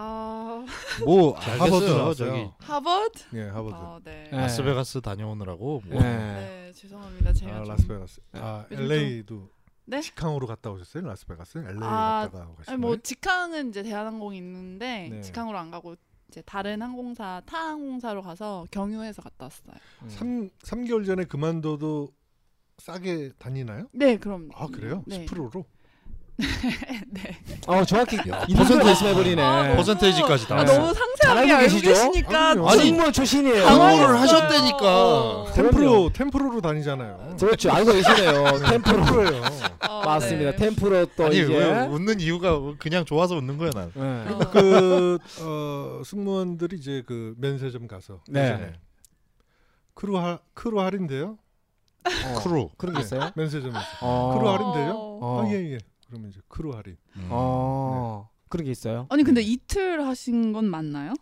아, 뭐 잘 하버드 됐어요, 저기 저기. 하버드? 예, 하버드. 아, 네. 네. 네. 라스베가스 다녀오느라고 뭐 네. 죄송합니다. 제가 아, 좀- 네. 라스베가스. 아, 요즘 좀- LA도 네? 직항으로 갔다 오셨어요? 라스베가스? LA 아, 갔다가 오셨어요? 아니 뭐 직항은 이제 대한항공 있는데 네. 직항으로 안 가고 이제 다른 항공사 타 항공사로 가서 경유해서 갔다 왔어요. 네. 삼 3개월 전에 그만둬도 싸게 다니나요? 네, 그럼. 아, 그래요? 네. 10%로? 네. 어 정확히 야, 이 정도 퍼센테이지- 말씀해 버리네. 아, 너무- 퍼센테이지까지 다. 아, 너무 상세하게 잘하고 알고 계시죠? 계시니까 그럼요. 아니, 승무원 출신이에요. 당황했어요. 네. 어, 공부를 하셨다니까. 템프로 템프로로 다니잖아요. 음. 그렇죠 알고 계시네요. 템프로 템프로예요. 어, 맞습니다. 네. 템프로 또 아니 이제 왜 웃는 이유가 그냥 좋아서 웃는 거야 난. 네. 어. 그 어, 승무원들이 이제 그 면세점 가서 네. 예전에 크루 하 크루 할인데요. 어. 크루. 그런 게 있어요? 면세점에서 어. 아. 크루 할인데요. 어. 아 예예. 네. 그러면 이제 크루 할인. 음. 어 그런 게 있어요. 아니 근데 이틀 하신 건 맞나요?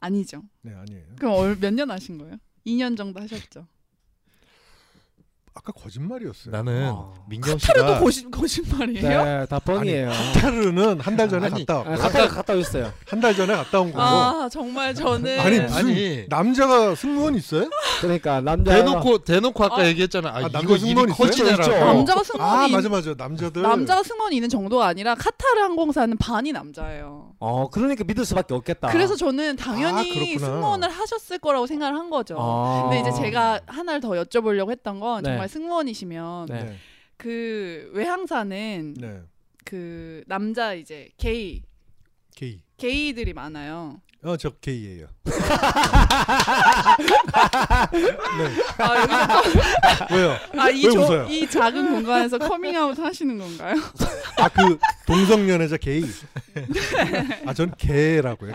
아니죠. 네 아니에요. 그럼 몇 년 하신 거예요? 2년 정도 하셨죠. 아까 거짓말이었어요. 나는 어. 민경 페르도 씨가 거짓 거짓말이에요? 네, 다 뻥이에요. 카타르는 한 달 전에 아니, 갔다 아, 왔고 갔다 갔다 오셨어요. 한 달 전에 갔다 온 거고 아 정말 저는 네. 어. 아니 무슨 아니. 남자가 승무원 있어요? 그러니까 남자 대놓고 대놓고 아까 아. 얘기했잖아. 아, 아, 이거 남자 일이 승무원 있어요? 커지더라고. 있죠. 남자가 승무원이 아 맞아 맞아 남자들 남자가 승무원이 있는 정도가 아니라 카타르 항공사는 반이 남자예요. 어 그러니까 믿을 수밖에 없겠다. 그래서 저는 당연히 아. 그렇구나. 승무원을 하셨을 거라고 생각을 한 거죠. 아. 근데 이제 제가 하나를 더 여쭤보려고 했던 건 네. 정말 승무원이시면 네. 그 외항사는 네. 그 남자 이제 게이 게이. 게이들이 많아요. 어 저 게이예요. 아 여기서 네. 왜요? 왜 웃어요? 아이이 작은 공간에서 커밍아웃 하시는 건가요? 아 그 동성 연애자 게이. 아 전 게라고요.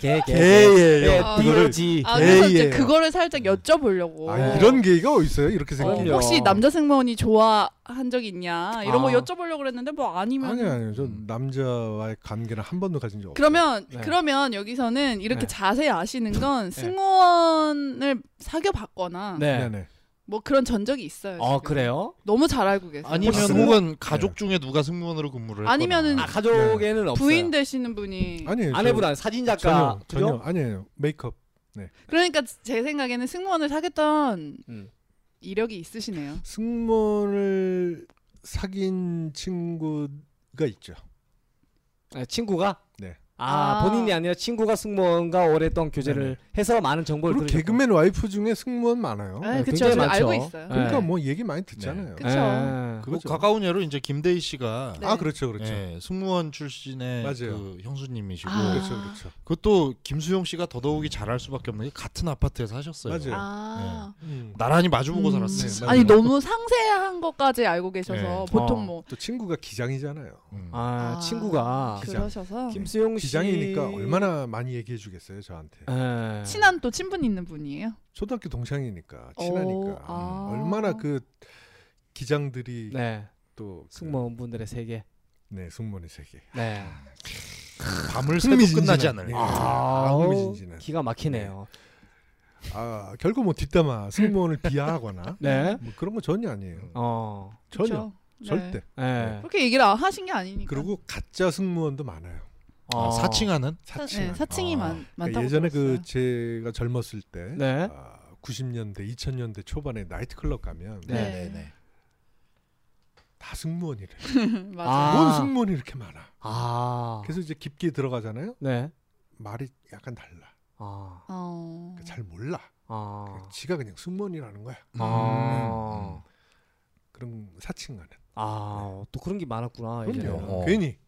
게. 개개 게예요. 아, 그거를 디오지. 아 그래서 이제 게이예요. 그거를 살짝 여쭤보려고. 아 이런 게이가 어디 있어요? 이렇게 어, 생긴. 그럼요. 게. 혹시 남자 승무원이 좋아한 적 있냐 이런 거 아. 여쭤보려고 그랬는데 뭐 아니면 아니 아니요. 저 남자와의 관계는 한 번도 가진 적 없어요. 그러면 네. 그러면 여기서는 이렇게 네. 자세히 아시는 건 승무원을 사귀어 봤거나 네. 네네. 뭐 그런 전적이 네. 있어요. 어 지금. 그래요? 너무 잘 알고 계세요. 아니면 아, 승무원? 혹은 가족 중에 누가 승무원으로 근무를 했거나. 아니면은 아 가족에는 없어요. 부인 되시는 분이 아니에요. 저 아내분 아니 사진 작가 전혀 전혀 아니에요. 메이크업. 그러니까 제 생각에는 승무원을 사귀었던 음. 이력이 있으시네요. 승무원을 사귄 친구가 있죠. 아, 친구가 네. 아, 아. 본인이 아니라 친구가 승무원과 오랫동안 교제를 해서 많은 정보를 네, 그리고 들으셨고. 개그맨 와이프 중에 승무원 어, 많아요. 아, 네, 그쵸, 굉장히 저 많죠. 알고 있어요. 네. 그러니까 뭐 얘기 많이 네. 듣잖아요. 그- 예. 그쵸. 그거죠. 뭐 가까운 예로 이제 김대희 씨가 네. 아 그렇죠 그렇죠. 예, 승무원 출신의 맞아요. 그 형수님이시고 아. 그렇죠 그렇죠. 그것도 김수용 씨가 더더욱이 잘할 수밖에 없는 게 같은 아파트에서 하셨어요. 맞아요. 아. 음. 나란히 마주보고 음. 살았어요. 네, 아니 너무 상세한 것까지 알고 계셔서 네. 보통 어. 뭐 또 친구가 기장이잖아요. 음. 아, 아. 친구가 기장. 그러셔서 김수용 씨 기장이니까 얼마나 많이 얘기해 주겠어요 저한테. 예. 친한 또 친분 있는 분이에요. 초등학교 동창이니까 어, 오, 친하니까 아. 얼마나 그 기장들이 네. 또 승무원분들의 세계. 그, 네 승무원의 세계. 네. 밤을 새도 끝나지 않을. 네. 아, 아, 흥미진진한. 기가 막히네요. 아 결코 뭐 뒷담화 승무원을 비하하거나 네. 뭐 그런 거 전혀 아니에요. 어. 전혀 그쵸? 네. 절대. 예. 그렇게 얘기를 아- 하신 게 아니니까. 그리고 가짜 승무원도 많아요. 아, 어. 사칭하는 사칭. 네, 사칭이 아. 많, 그러니까 많다고 예전에 들었어요. 그 제가 젊었을 때 네. 아, 90년대 2000년대 초반에 나이트클럽 가면 네. 네. 다 승무원이래. 네. 맞아요. 아. 뭔 승무원이 이렇게 많아. 아. 그래서 이제 깊게 들어가잖아요. 네. 말이 말이 약간 달라. 아. 어. 그러니까 잘 몰라. 그러니까 아. 지가 음. 그냥 승무원이라는 거야. 음. 아. 그런 사칭하는. 아, 또 그런 게 많았구나. 이제. 그럼요. 어. 괜히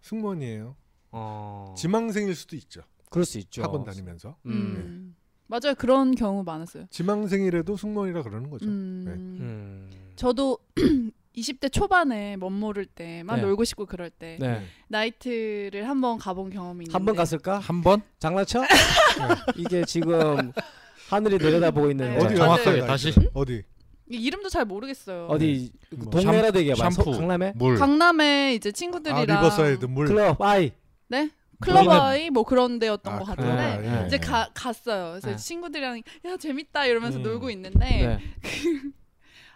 승무원이에요. 어. 그렇죠. 지망생일 수도 있죠. 그럴 수 있죠. 학원 다니면서 음. 음. 맞아요. 그런 경우 많았어요. 지망생이라도 승무원이라 그러는 네. 거죠. 음. 네. 음. 저도 20대 초반에 멋 모를 때 막 네. 놀고 싶고 그럴 때 네. 나이트를 한번 가본 경험이 있는데 한 네. 번 갔을까? 한 번? 장난쳐? 네. 이게 지금 하늘이 내려다보고 있는 네. 거. 어디 정확하게 갔어요, 나이트를? 다시. 어디 이 이름도 잘 모르겠어요. 어디 네. 그 뭐 동네라도 얘기해 봐. 샴푸. 음. 강남에 물. 강남에 이제 아 친구들이랑 리버사이드 물. 클럽 아이. 네? 클럽아이 뭐 그런 데였던 아, 것 그래. 같은데 네. 이제 가, 갔어요. 그래서 네. 친구들이랑 야 재밌다 이러면서 음. 놀고 있는데 네.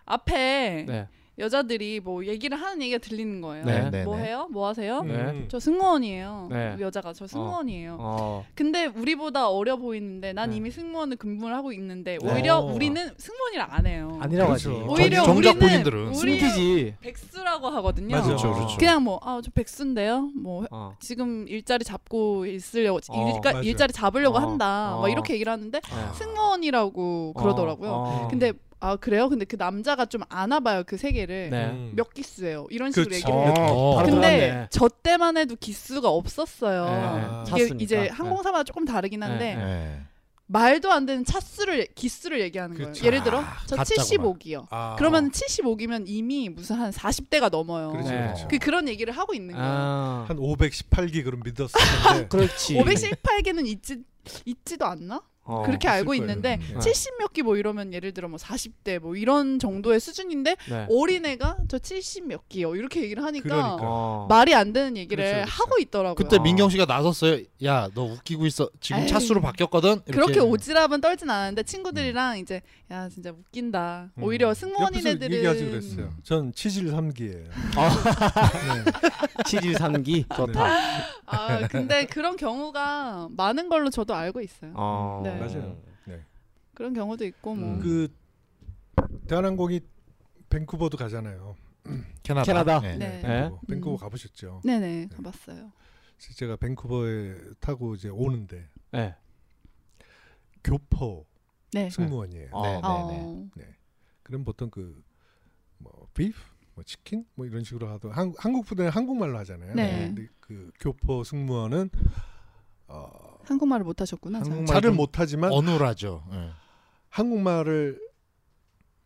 앞에 네. 여자들이 뭐 얘기를 하는 얘기가 들리는 거예요. 네. 뭐 해요? 뭐 하세요? 음. 네. 저 승무원이에요. 네. 여자가 저 승무원이에요. 어. 근데 우리보다 어려 보이는데 난 네. 이미 승무원을 근무를 하고 있는데 네. 오히려 어. 우리는 승무원이라 안 해요. 아니라고 하지. 그렇죠. 오히려 정- 정작 우리는 본인들은 우리 숨기지. 백수라고 하거든요. 맞아요. 그렇죠, 그렇죠. 그냥 뭐 아 저 백수인데요. 뭐 어. 지금 일자리 잡고 있으려고 어, 일까, 맞아요. 일자리 잡으려고 어, 한다. 어. 막 이렇게 얘기를 하는데 네. 승무원이라고 아, 그러더라고요. 어, 어. 근데 아 그래요? 근데 그 남자가 좀 아나봐요 그 세계를 네. 음. 몇 기스예요 이런 식으로 그렇죠. 얘기를 해요. 어, 바로 근데 들어갔네. 저 때만 해도 기수가 없었어요. 아. 네, 이게 찼으니까. 이제 네. 항공사마다 조금 다르긴 한데 네. 네. 말도 안 되는 차수를 기수를 얘기하는 거예요. 그쵸. 예를 들어 아, 저 가짜구만. 75기요. 그렇죠. 아. 그러면 75기면 이미 무슨 한 40대가 넘어요. 그렇죠, 네. 그렇죠. 그 그런 얘기를 하고 있는 거예요. 아, 한 518기 그럼 믿었을 텐데 그렇지. 518개는 있지 있지도 않나? 어. 그렇게 알고 있을 거예요. 아. 있는데 음. 70몇 기 뭐 이러면 예를 들어 뭐 40대 뭐 이런 정도의 수준인데 네. 어린애가 저 70몇 기요 이렇게 얘기를 하니까 그러니까. 어. 말이 안 되는 얘기를 그렇죠, 그렇죠. 하고 있더라고요. 그때 아. 민경 씨가 나섰어요. 야 너 웃기고 있어. 지금 에이. 차수로 바뀌었거든. 이렇게. 그렇게 오지랖은 떨진 않았는데 친구들이랑 이제 야 진짜 웃긴다. 음. 오히려 승무원인 옆에서 애들은 얘기하지 그랬어요. 전 치질 3기예요. 네. 713기 좋다. 아 근데 그런 경우가 많은 걸로 저도 알고 있어요. 어. 네. 맞아요. 네. 그런 경우도 있고 뭐 음. 그 대한항공이 밴쿠버도 가잖아요. 뭐 캐나다. 캐나다. 네. 네. 밴쿠버, 음. 밴쿠버 가보셨죠? 네. 네네 가봤어요. 제가 밴쿠버에 타고 이제 오는데 네. 교포 네. 그, 승무원이에요. 어. 네. 어. 그럼 보통 그 뭐 비프, 뭐 치킨, 뭐 이런 식으로 하도 한, 한국 분들은 한국말로 하잖아요. 네. 근데 그 교포 승무원은 어, 한국말을 못 하셨구나. 잘. 한국말- 정말 잘을 좀 못하지만 어눌하죠. 네. 음, 한국말을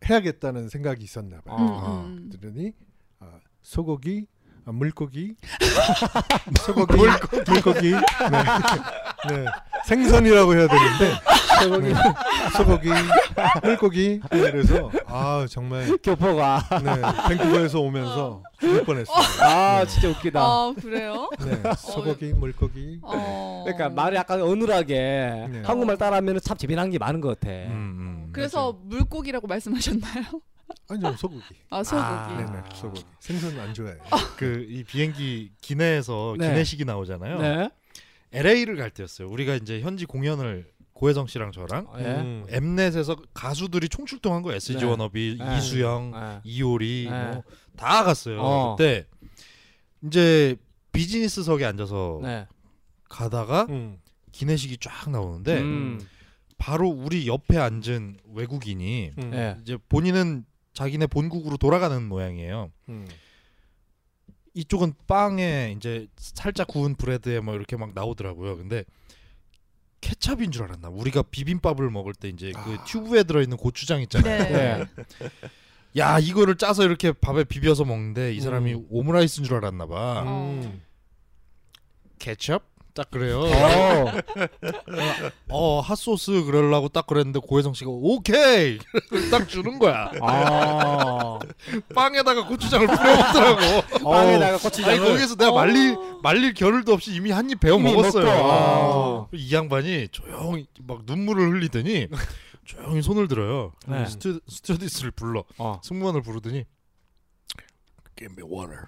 해야겠다는 생각이 있었나 봐요. 음, 아. 음. 그러니 아, 소고기, 아, 물고기, 소고기, 물고기, 네. 네. 생선이라고 해야 되는데 소고기, 소고기, 물고기 네, 그래서 아 정말 교포가 네, 밴쿠버에서 오면서 죽을 뻔했어요. 아 진짜 웃기다. 아 그래요? 네, 소고기, 물고기. 어. 그러니까 말을 약간 어눌하게 네. 한국말 따라하면 참 재미난 게 많은 것 같아. 음, 음. 그래서 물고기라고 말씀하셨나요? 아니요 소고기. 아 소고기. 아. 네, 네, 소고기. 생선 안 좋아해요. 그 이 비행기 기내에서 네. 기내식이 나오잖아요. 네. LA를 갈 때였어요. 우리가 이제 현지 공연을 고혜성 씨랑 저랑 네. 음. 엠넷에서 가수들이 총출동한 거예요. SG 네. 워너비, 네. 이수영, 네. 이효리 네. 뭐 다 갔어요. 어. 그때 이제 비즈니스석에 앉아서 네. 가다가 음. 기내식이 쫙 나오는데 음. 바로 우리 옆에 앉은 외국인이 음. 네. 이제 본인은 자기네 본국으로 돌아가는 모양이에요. 음. 이쪽은 빵에 이제 살짝 구운 브레드에 뭐 이렇게 막 나오더라고요. 근데 케찹인 줄 알았나? 우리가 비빔밥을 먹을 때 이제 그 아. 튜브에 들어있는 고추장 있잖아요. 네. 네. 야 이거를 짜서 이렇게 밥에 비벼서 먹는데 이 사람이 음. 오므라이스인 줄 알았나 어. 봐. 음. 케첩? 딱 그래요. 네. 어. 어 핫소스 그러려고 딱 그랬는데 고혜성 씨가 오케이 딱 주는 거야. 아. 빵에다가 고추장을 뿌려 먹더라고. 빵에다가 아니 고추장을 거기서 내가 말릴 말릴 겨를도 없이 이미 한 입 배워 이미 먹었어요. 아. 먹고. 이 양반이 조용히 막 눈물을 흘리더니 조용히 손을 들어요. 네. 스튜, 스튜어디스를 불러 어. 승무원을 부르더니 Give me water.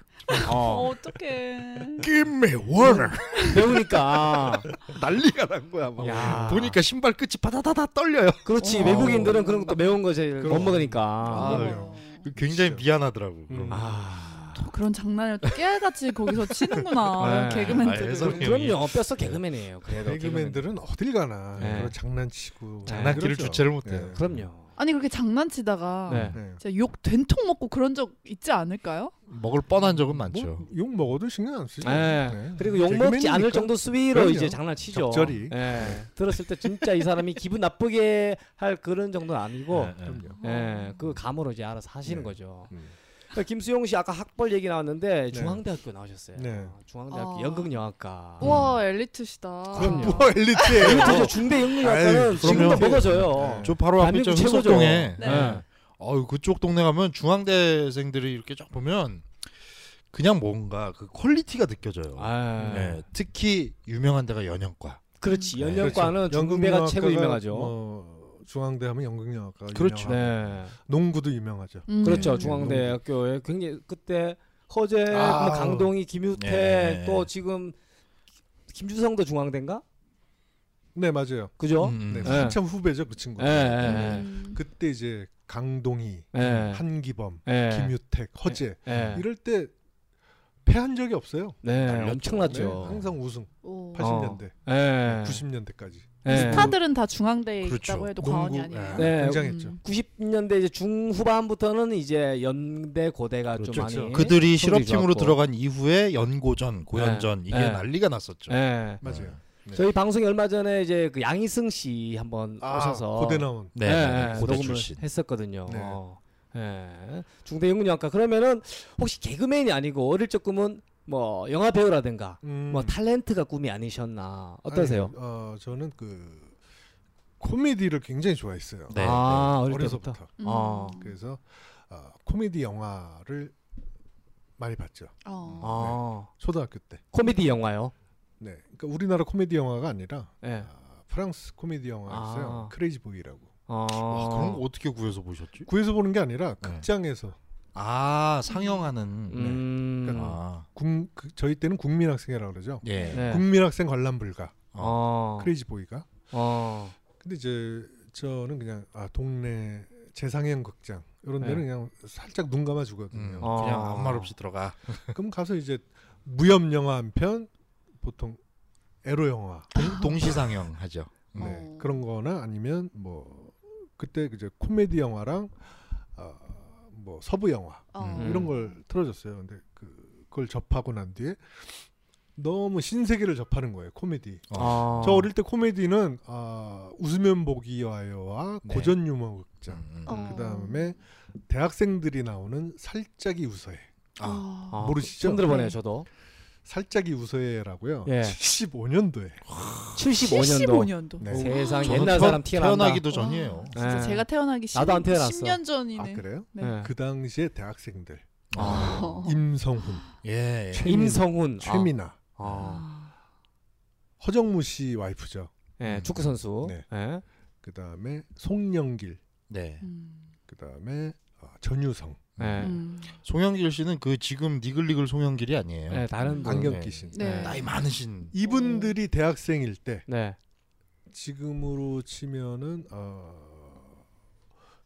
어. 어떡해. Give me water. 배우니까 난리가 난 거야. 막. 야. 보니까 신발 끝이 바다다다 떨려요. 그렇지 어. 외국인들은 그런 것도 매운 거 제일 못 그럼. 먹으니까. 아. 어머. 굉장히 진짜. 미안하더라고. 음. 아, 아. 또 어, 그런 장난을 또 깨알같이 거기서 치는구나 네. 아, 개그맨들. 예상- 은 형이. 그럼요. 뼛속 개그맨이에요. 그래도 개그맨들은 어딜 가나 네. 그렇죠. 그런 장난치고 장난기를 네, 그러죠. 주체를 못해요. 네. 그럼요. 아니 그렇게 장난치다가 네. 네. 진짜 욕 된통 먹고 그런 적 있지 않을까요? 먹을 뻔한 적은 많죠. 뭐, 욕 먹어도 신경 안 쓰죠. 예. 네. 그렇죠. 그리고 욕 먹지 않을 개그맨이니까. 정도 수위로 그럼요. 이제 장난치죠. 적절히. 네. 예. 들었을 때 진짜 이 사람이 기분 나쁘게 할 그런 정도는 아니고 네, 네. 그럼요. 예. 그 감으로 이제 알아서 하시는 네. 거죠. 음. 그러니까 김수용 씨 아까 학벌 얘기 나왔는데 중앙대학교 나오셨어요. 네. 중앙대학교 아. 연극영화과. 우와 엘리트시다. 그럼요. 뭐 엘리트예요. 그렇죠. 중대 연극영화과는 아유, 네. 지금도 그럼요. 먹어져요. 저 바로 앞에 저 대한민국 최고죠. 효소동에 네. 예. 어유 그쪽 동네 가면 중앙대생들이 이렇게 쫙 보면 그냥 뭔가 그 퀄리티가 느껴져요. 아, 네, 특히 유명한 데가 연영과. 그렇지. 네. 연영과는 중대가 최고 그렇죠. 연극영화과가 유명하죠. 뭐 중앙대 하면 연극영화과 그렇죠. 유명하고 네. 농구도 유명하죠. 음. 그렇죠. 네, 중앙대학교에 굉장히 그때 허재, 아. 뭐 강동희, 김유태 네. 또 지금 김주성도 중앙대인가? 네 맞아요. 그죠? 음, 네, 음. 네. 한참 후배죠 그 친구. 예. 예. 음. 그때 이제 강동희, 예. 한기범, 예. 김유택, 허재 예. 이럴 때 패한 적이 없어요. 네, 달렸죠. 엄청났죠. 어. 네, 항상 우승. 오. 그 80년대, 예. 90년대까지 예. 스타들은 다 중앙대에 그렇죠. 있다고 해도 농구, 과언이 예, 아니에요. 네. 굉장했죠. 음. 90년대 이제 중후반부터는 이제 연대 고대가 좀 그렇죠. 많이 그들이 성적이 실업팀으로 좋았고. 들어간 이후에 연고전, 고연전 이게 네. 난리가 났었죠. 예. 맞아요. 네. 저희 방송에 얼마 전에 이제 그 양희승 씨 한번 아, 오셔서 고대 나온 네, 예, 네, 예, 고대 녹음을 출신. 했었거든요. 네. 어. 예. 중대 연극영화과 그러면은 혹시 개그맨이 아니고 어릴 적 꿈은 뭐 영화 배우라든가 음, 뭐 탤런트가 꿈이 아니셨나 어떠세요? 아니, 어, 저는 그 코미디를 굉장히 좋아했어요. 네. 아 어릴 때부터. 어려서부터. 음. 아. 그래서 어, 코미디 영화를 많이 봤죠. 어. 아 초등학교 때. 코미디 영화요. 네. 그러니까 우리나라 코미디 영화가 아니라 예. 아, 프랑스 코미디 영화였어요. 아. 크레이지 보이라고. 어. 와, 아, 그런 거 어떻게 구해서 보셨지? 구에서 보는 게 아니라 네. 극장에서 아 상영하는. 네. 음. 그러니까 아, 국- 그- 저희 때는 국민학생이라고 그러죠. 예. 네. 국민학생 관람 불가. 어. 크레이지 보이가. 어. 근데 이제 저는 그냥 아, 동네 재상영 극장 이런 데는 네. 그냥 살짝 눈 감아 주거든요. 음, 어. 그냥 아무 말 없이 들어가. 그럼 가서 이제 무협 영화 한 편 보통 에로 영화 동시 상영하죠. 네, 어. 그런 거나 아니면 뭐 그때 이제 코미디 영화랑 아, 뭐 서부 영화 어. 음. 이런 걸 틀어줬어요. 근데 그, 그걸 접하고 난 뒤에 너무 신세계를 접하는 거예요. 코미디. 어. 저 어릴 때 코미디는 아, 웃으면 보기 와요와 네. 고전 유머 극장. 음, 음. 어. 그다음에 대학생들이 나오는 살짝이 웃어해. 아. 아, 아, 모르시죠? 처음 들어보네요, 저도. 살짝이 웃어해라고요. 예. 75년도에. 75년도. 아, 75년도. 네. 세상 저는 옛날 태- 사람 튀어나온다. 태어나기도 전이에요. 와, 진짜 네. 제가 태어나기 10, 나도 안 태어났어. 10년 전이네. 아 그래요? 네. 예. 그 당시에 대학생들 아, 어. 임성훈, 예. 예. 임성훈. 최민아, 아. 허정무 씨 와이프죠. 아. 예, 축구 선수. 네. 예. 그다음에 송영길, 네. 음. 그다음에 어, 전유성, 예. 음. 송영길 씨는 그 지금 니글니글 송영길이 아니에요. 예, 다른 분. 안경 네. 끼신. 네. 나이 많으신. 이분들이 대학생일 때 네. 지금으로 치면은 어,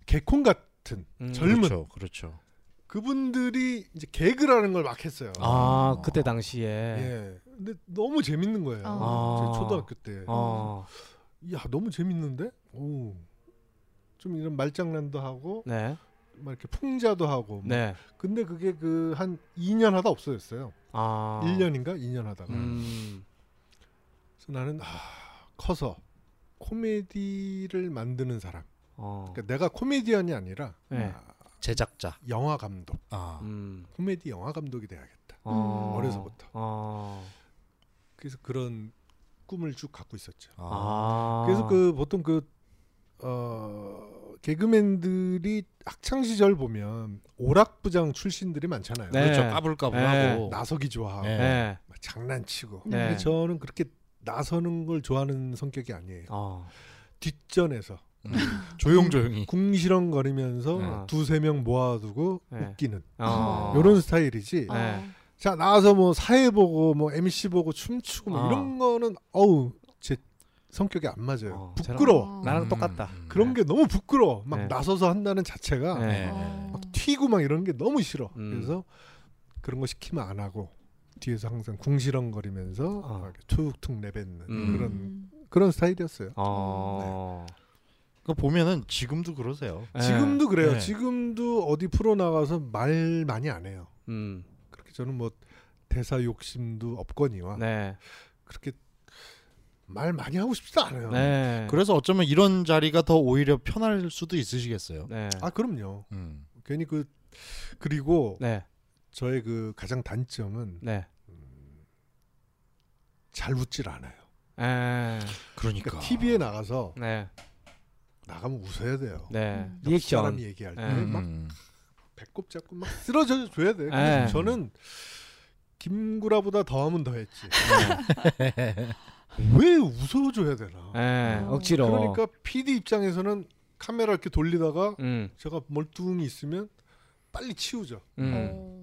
개콘 같은 음. 젊은 그렇죠. 그렇죠. 그분들이 이제 개그라는 걸 막 했어요. 아, 아. 그때 당시에. 예. 근데 너무 재밌는 거예요. 아. 제 초등학교 때. 어. 야 너무 재밌는데. 오. 좀 이런 말장난도 하고 네. 막 이렇게 풍자도 하고. 뭐. 네. 근데 그게 그 한 2년 하다 없어졌어요. 아. 1년인가 2년 하다가. 음. 그래서 나는 아, 커서 코미디를 만드는 사람. 어. 그러니까 내가 코미디언이 아니라 네. 아, 제작자. 영화 감독, 아. 음. 코미디 영화 감독이 돼야겠다. 어. 어려서부터. 어. 그래서 그런 꿈을 쭉 갖고 있었죠. 아. 아. 그래서 그 보통 그 어, 개그맨들이 학창 시절 보면 오락부장 출신들이 많잖아요. 네. 그렇죠. 까불까불하고. 나서기 좋아하고 네. 예. 막 장난치고. 네. 근데 저는 그렇게 나서는 걸 좋아하는 성격이 아니에요. 어. 뒷전에서 음, 조용조용히. 궁시렁거리면서 네. 두세 명 모아두고 네. 웃기는 어. 이런 스타일이지. 어. 네. 자 나와서 뭐 사회 보고 뭐 MC 보고 춤추고 뭐 아. 이런 거는 어우 제 성격이 안 맞아요. 어, 부끄러워. 어. 나랑 똑같다. 음, 음. 그런 게 너무 부끄러워. 막 네. 나서서 한다는 자체가 네. 네. 어. 막 튀고 막 이런 게 너무 싫어. 음. 그래서 그런 거 시키면 안 하고 뒤에서 항상 궁시렁거리면서 아. 막 이렇게 툭툭 내뱉는 음. 그런 음. 그런 스타일이었어요. 어. 그거 보면은 지금도 그러세요. 예. 지금도 그래요. 네. 지금도 어디 프로 나가서 말 많이 안 해요. 음. 그렇게 저는 뭐 대사 욕심도 없거니와 네. 그렇게 말 많이 하고 싶지도 않아요. 네. 그래서 어쩌면 이런 자리가 더 오히려 편할 수도 있으시겠어요. 네. 아 그럼요. 음. 괜히 그 그리고 네. 저의 그 가장 단점은 네. 잘 웃질 않아요. 에. 그러니까. 그러니까 TV에 나가서 예. 네. 나가면 웃어야 돼요. 네. 음. 리액션. 사람 얘기할 네. 때 음, 막 음. 배꼽 잡고 막 쓰러져 줘야 돼. 네. 근데 저는 김구라보다 더하면 더했지. 왜 웃어줘야 되나? 예. 어. 억지로. 그러니까 PD 입장에서는 카메라 이렇게 돌리다가 음. 제가 멀뚱히 있으면 빨리 치우죠. 음. 어.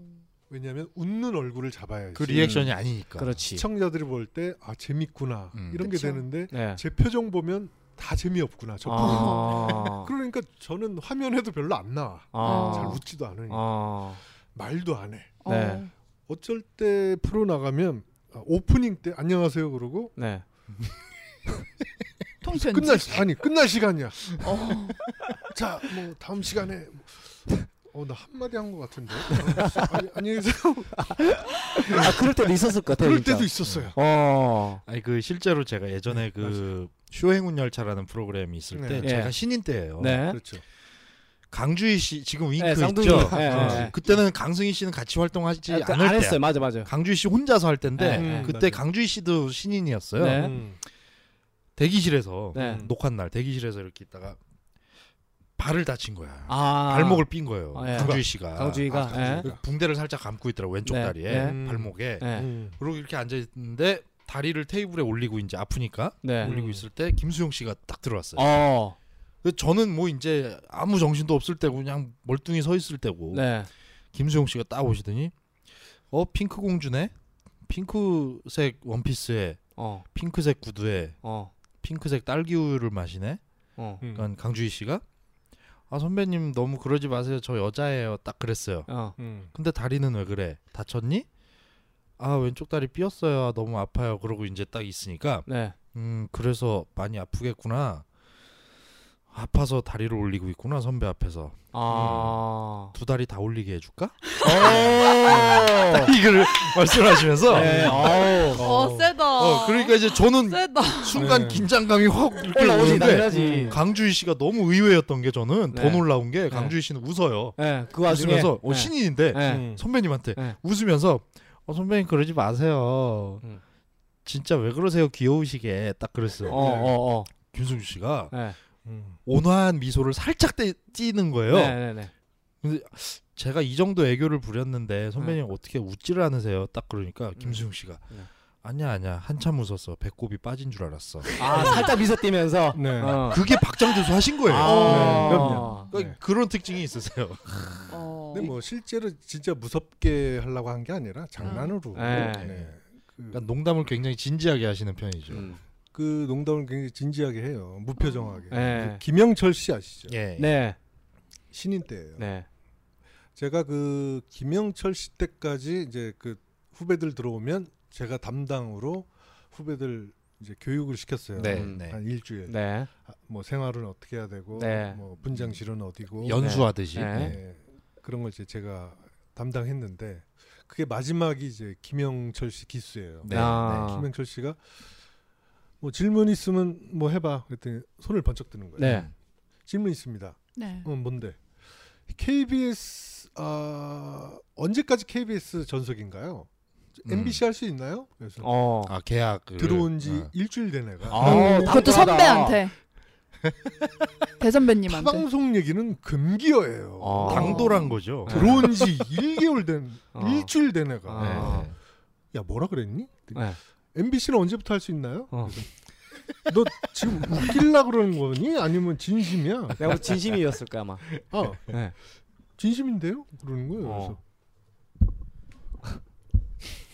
왜냐하면 웃는 얼굴을 잡아야지. 그 리액션이 아니니까. 그러니까. 그렇지. 시청자들이 볼 때 아 재밌구나 음. 이런 그쵸. 게 되는데 네. 제 표정 보면 다 재미없구나. 저 표정. 아. 그러니까 저는 그러니까 화면에도 별로 안 나와. 아. 잘 웃지도 않으니 아. 어. 말도 안 해. 네. 어쩔 때 프로 나가면 아, 오프닝 때 안녕하세요 그러고 네. 통편지. 끝날 시- 아니 끝날 시간이야. 어. 자, 뭐 다음 시간에 어 나 한마디 한 것 같은데. 어, 아니, 안녕히 계세요. 아 그럴 때도 있었을 것 같아요. 그럴 진짜. 때도 있었어요. 어. 아니 그 실제로 제가 예전에 그 쇼행운 열차라는 프로그램이 있을 때 네. 제가 신인 때예요. 네. 그렇죠. 강주희 씨 지금 윙크 네, 쌍둥이. 있죠. 네, 강주희. 네. 그때는 강승희 씨는 같이 활동하지 아, 그- 않을 안 때. 했어요. 맞아 맞아. 강주희 씨 혼자서 할 때인데 네, 그때 맞아요. 강주희 씨도 신인이었어요. 네. 음. 대기실에서 네. 녹화 날 대기실에서 이렇게 있다가 발을 다친 거야. 아. 발목을 삔 거예요. 아, 예. 강주희 씨가 강주희가, 아, 강주희가. 예. 붕대를 살짝 감고 있더라고 왼쪽 네, 다리에 네. 음. 발목에 네. 음. 그리고 이렇게 앉아 있는데 다리를 테이블에 올리고 이제 아프니까 네. 올리고 음. 있을 때 김수영 씨가 딱 들어왔어요. 어. 그래서 저는 뭐 이제 아무 정신도 없을 때고 그냥 멀뚱히 서 있을 때고 네. 김수영 씨가 딱 오시더니 어 핑크 공주네 핑크색 원피스에 어. 핑크색 구두에 어. 핑크색 딸기 우유를 마시네. 어. 음. 그러니까 강주희 씨가 아 선배님 너무 그러지 마세요 저 여자예요 딱 그랬어요. 어. 음. 근데 다리는 왜 그래 다쳤니? 아 왼쪽 다리 삐었어요 아, 너무 아파요 그러고 이제 딱 있으니까 네. 음 그래서 많이 아프겠구나 아파서 다리를 올리고 있구나 선배 앞에서 아. 두 다리 다 올리게 해줄까? 오. 이걸 말씀하시면서 네. 어. 어, 세다. 어 그러니까 이제 저는 세다. 순간 네. 긴장감이 확 이렇게 올라오지 오는데 당연하지. 강주희 씨가 너무 의외였던 게 저는 네. 더 놀라운 게 강주희 씨는 웃어요 네. 그 와중에 웃으면서 어, 네. 신인인데 네. 음. 선배님한테 네. 웃으면서 어, 선배님 그러지 마세요. 음. 진짜 왜 그러세요 귀여우시게 딱 그랬어요. 어, 어, 어. 김승주 씨가 네. 음. 온화한 미소를 살짝 떼, 띄는 거예요. 네, 네, 네. 제가 이 정도 애교를 부렸는데 선배님 어떻게 웃지를 않으세요? 딱 그러니까 김승주 씨가 네. 아니야 아니야 한참 웃었어 배꼽이 빠진 줄 알았어. 아, 살짝 미소 띄면서 네. 어. 그게 박장대소 하신 거예요. 아. 네, 그럼요. 그러니까 네. 그런 특징이 있으세요. 어. 근데 뭐 실제로 진짜 무섭게 하려고 한 게 아니라 장난으로. 네. 네. 그, 그러니까 농담을 굉장히 진지하게 하시는 편이죠. 음. 그 농담을 굉장히 진지하게 해요. 무표정하게. 네. 그 김영철 씨 아시죠? 예. 네. 신인 때예요. 네. 제가 그 김영철 씨 때까지 이제 그 후배들 들어오면 제가 담당으로 후배들 이제 교육을 시켰어요. 네. 음. 네. 한 일주일. 네. 아, 뭐 생활은 어떻게 해야 되고, 네. 뭐 분장실은 어디고, 연수하듯이. 네. 예. 예, 그런 걸 이제 제가 담당했는데 그게 마지막이 이제 김영철 씨 기수예요. 네, 아. 김영철 씨가 뭐 질문 있으면 뭐 해봐. 그랬더니 손을 번쩍 드는 거예요. 네. 질문 있습니다. 네. 어, 뭔데? KBS 아 언제까지 KBS 전속인가요? 음. MBC 할 수 있나요? 그래서 어. 네. 아 계약 들어온 지 일주일 된 애가 아, 음. 어, 그것도 선배한테. 대선배님한테. 타방송 얘기는 금기어예요. 어. 당돌한 거죠. 네. 들어온 지 1개월 된 어. 일주일 된 어. 애가 네. 아. 야 뭐라 그랬니? 네. MBC는 언제부터 할 수 있나요? 어. 너 지금 웃길라 그러는 거니? 아니면 진심이야? 내가 볼 진심이었을 거야, 아마. 아 네. 진심인데요? 그러는 거예요. 어.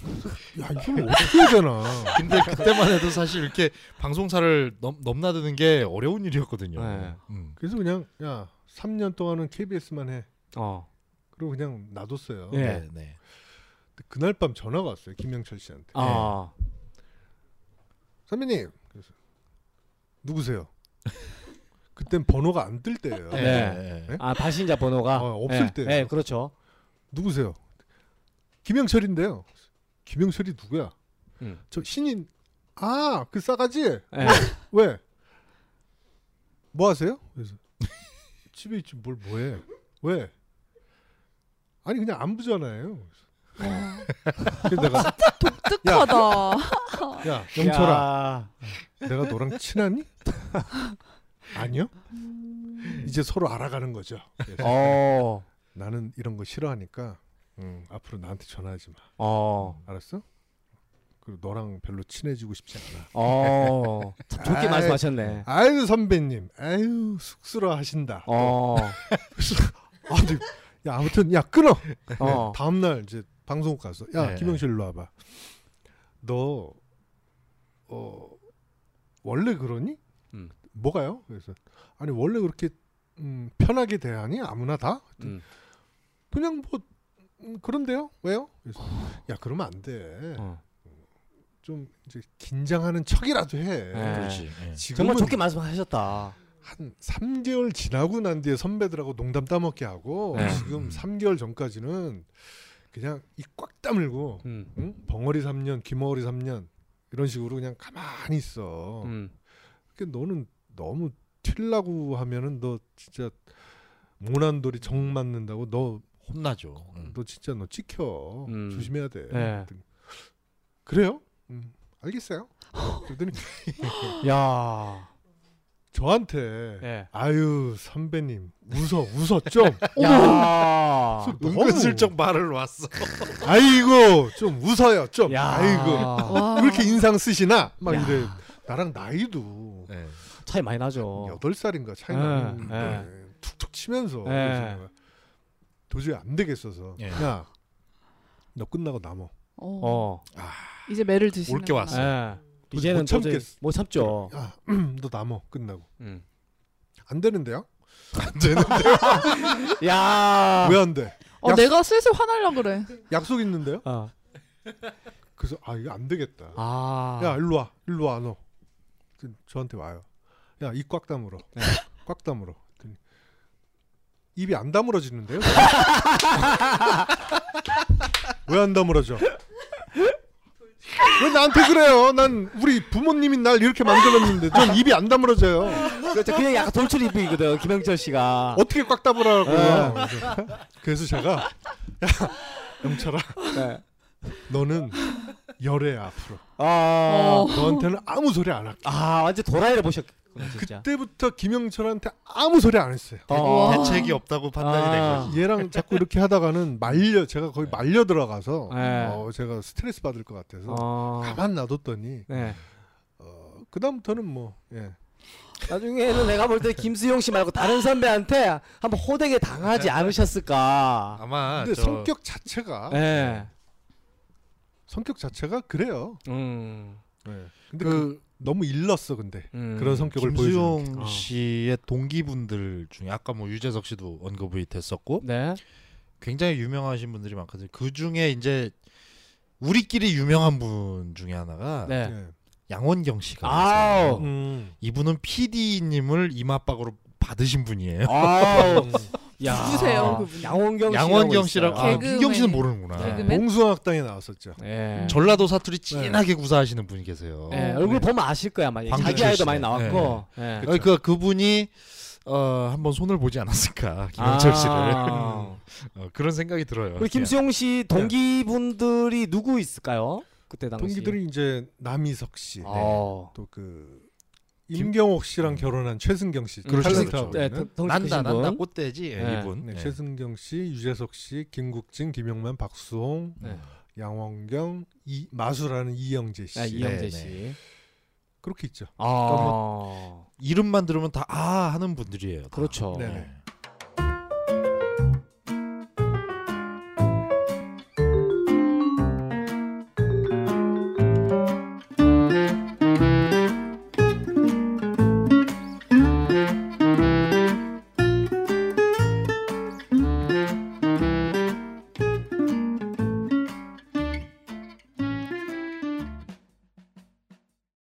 그래서 야 이걸 어떻게 해야 되나? 근데 그때만 해도 사실 이렇게 방송사를 넘, 넘나드는 게 어려운 일이었거든요. 네. 음. 그래서 그냥 야 3년 동안은 KBS만 해. 어. 그리고 그냥 놔뒀어요. 예. 네. 네. 근데 그날 밤 전화가 왔어요. 김영철 씨한테. 어. 선배님. 그래서 누구세요? 그땐 번호가 안 뜰 때예요. 네. 네. 네. 아, 발신자 번호가 어, 없을 네. 때예요. 네, 그렇죠. 누구세요? 김영철인데요. 김영철이 누구야? 음. 저 신인 아 그 싸가지 네. 왜? 뭐 하세요? 그래서 집에 있지 뭘 뭐해? 왜? 아니 그냥 안부 전화예요. 와, 그래서 내가 독특하다. 야 영철아 야. 내가 너랑 친하니? 아니요. 이제 서로 알아가는 거죠. 그래서 어. 나는 이런 거 싫어하니까 음, 앞으로 나한테 전화하지 마. 어. 알았어? 그리고 너랑 별로 친해지고 싶지 않아. 어. 좋게 아이, 말씀하셨네. 아유 선배님, 아유 쑥스러워 하신다. 어. 아, 근데 야 아무튼 야 끊어. 어. 다음 날 이제 방송국 가서 야 네. 김영실 일로 와봐. 너 어, 원래 그러니? 음. 뭐가요? 그래서 아니 원래 그렇게 음, 편하게 대하니 아무나 다 음. 그냥 뭐 음, 그런데요? 왜요? 그래서, 야 그러면 안 돼. 어. 좀 이제 긴장하는 척이라도 해. 네. 그렇지. 예. 정말 지금은 좋게 말씀하셨다. 한 3개월 지나고 난 뒤에 선배들하고 농담 따먹게 하고 네. 지금 3개월 전까지는 그냥 입 꽉 다물고 음. 응? 벙어리 3년, 귀머거리 3년 이런 식으로 그냥 가만히 있어. 음. 그 너는 너무 튈라고 하면은 너 진짜 모난돌이 정 맞는다고 너 너 혼나죠. 음. 진짜 너 찍혀 음. 조심해야 돼. 네. 그래요? 음, 알겠어요. 그랬더니 야. 저한테 예. 아유 선배님 웃어 웃어 좀 야. 너무- 은근슬쩍 말을 왔어. 아이고 좀 웃어요 좀 야. 아이고 어, 와. 왜 이렇게 인상 쓰시나 막 야. 이래 나랑 나이도 예. 차이 많이 나죠. 여덟 살인가 차이 예, 나는데 예. 툭툭 치면서 예. 그래서 도저히 안 되겠어서 예. 야 너 끝나고 남어 어, 어. 이제 매를 드시는 올게 왔어. 예. 도저히 이제는 못 도저히 참겠어. 못 참죠. 야너 남어 끝나고 음. 안 되는데요 안 되는. 야. 왜 안 돼 어, 약속- 내가 슬슬 화날라 그래. 약속 있는데요 어. 그래서 아 이거 안 되겠다 아. 야 일로 와 일로 와너 저한테 와요 야 입 꽉 다물어 네. 꽉 다물어 그랬더니 입이 안 다물어지는데요 왜 안 다물어져 왜 나한테 그래요 난 우리 부모님이 날 이렇게 만들었는데 전 입이 안 다물어져요 그렇죠. 그냥 약간 돌출입이거든. 김영철 씨가. 어떻게 꽉 다물으라고 네. 그래서- 그래서 제가 야 영철아 네. 너는 열애 앞으로 아. 어. 너한테는 아무 소리 안 할게 아, 완전 도라이를 보셨구나, 진짜. 그때부터 김영철한테 아무 소리 안 했어요 어. 대책이 없다고 판단이 아. 된 거지. 얘랑 자꾸 이렇게 하다가는 말려 제가 거의 말려 들어가서 네. 어, 제가 스트레스 받을 것 같아서 어. 가만 놔뒀더니 네. 어, 그 다음부터는 뭐 예. 나중에는 내가 볼 때 김수용 씨 말고 다른 선배한테 한번 호되게 네. 당하지 않으셨을까. 아마 근데 저 성격 자체가 예. 네. 성격 자체가 그래요. 음. 근데 그, 그 너무 일렀어 근데 음. 그런 성격을 보여주는 김수용 어. 씨의 동기분들 중에 아까 뭐 유재석 씨도 언급이 됐었고 네. 굉장히 유명하신 분들이 많거든요. 그 중에 이제 우리끼리 유명한 분 중에 하나가 게. 네. 예. 양원경 씨가 아우. 있어요. 이분은 PD님을 이마박으로 받으신 분이에요. 아우. 야. 누구세요, 그분? 양원경 씨. 음. 양원경 씨라고 아, 개그맨. 민경 씨는 모르는구나. 개그맨. 네. 봉숭아학당에 나왔었죠. 예. 전라도 사투리 네. 진하게 구사하시는 분이 계세요. 예, 얼굴 보면 아실 거야, 아마. 광주 자기 아이도 출신의. 많이 나왔고. 예. 그쵸. 그러니까 그분이 어, 한번 손을 보지 않았을까 김현철 씨를 아. 어, 그런 생각이 들어요. 우리 김수용 네. 씨 동기분들이 누구 있을까요? 그때 당시. 동기들이 이제 남희석 씨, 어. 또 그 임경옥 씨랑 결혼한 최승경 씨, 그렇죠, 탤런트 그렇죠. 하고 네, 있는. 덩- 덩치 크신 난다 분. 난다 꽃돼지 예, 네. 이분. 네, 예. 최승경 씨, 유재석 씨, 김국진, 김용만, 박수홍, 네. 양원경, 이, 마수라는 이영재 씨 아, 이영재 네, 씨. 그렇게 있죠. 아. 이름만 들으면 다 아 하는 분들이에요. 다. 그렇죠. 네. 예.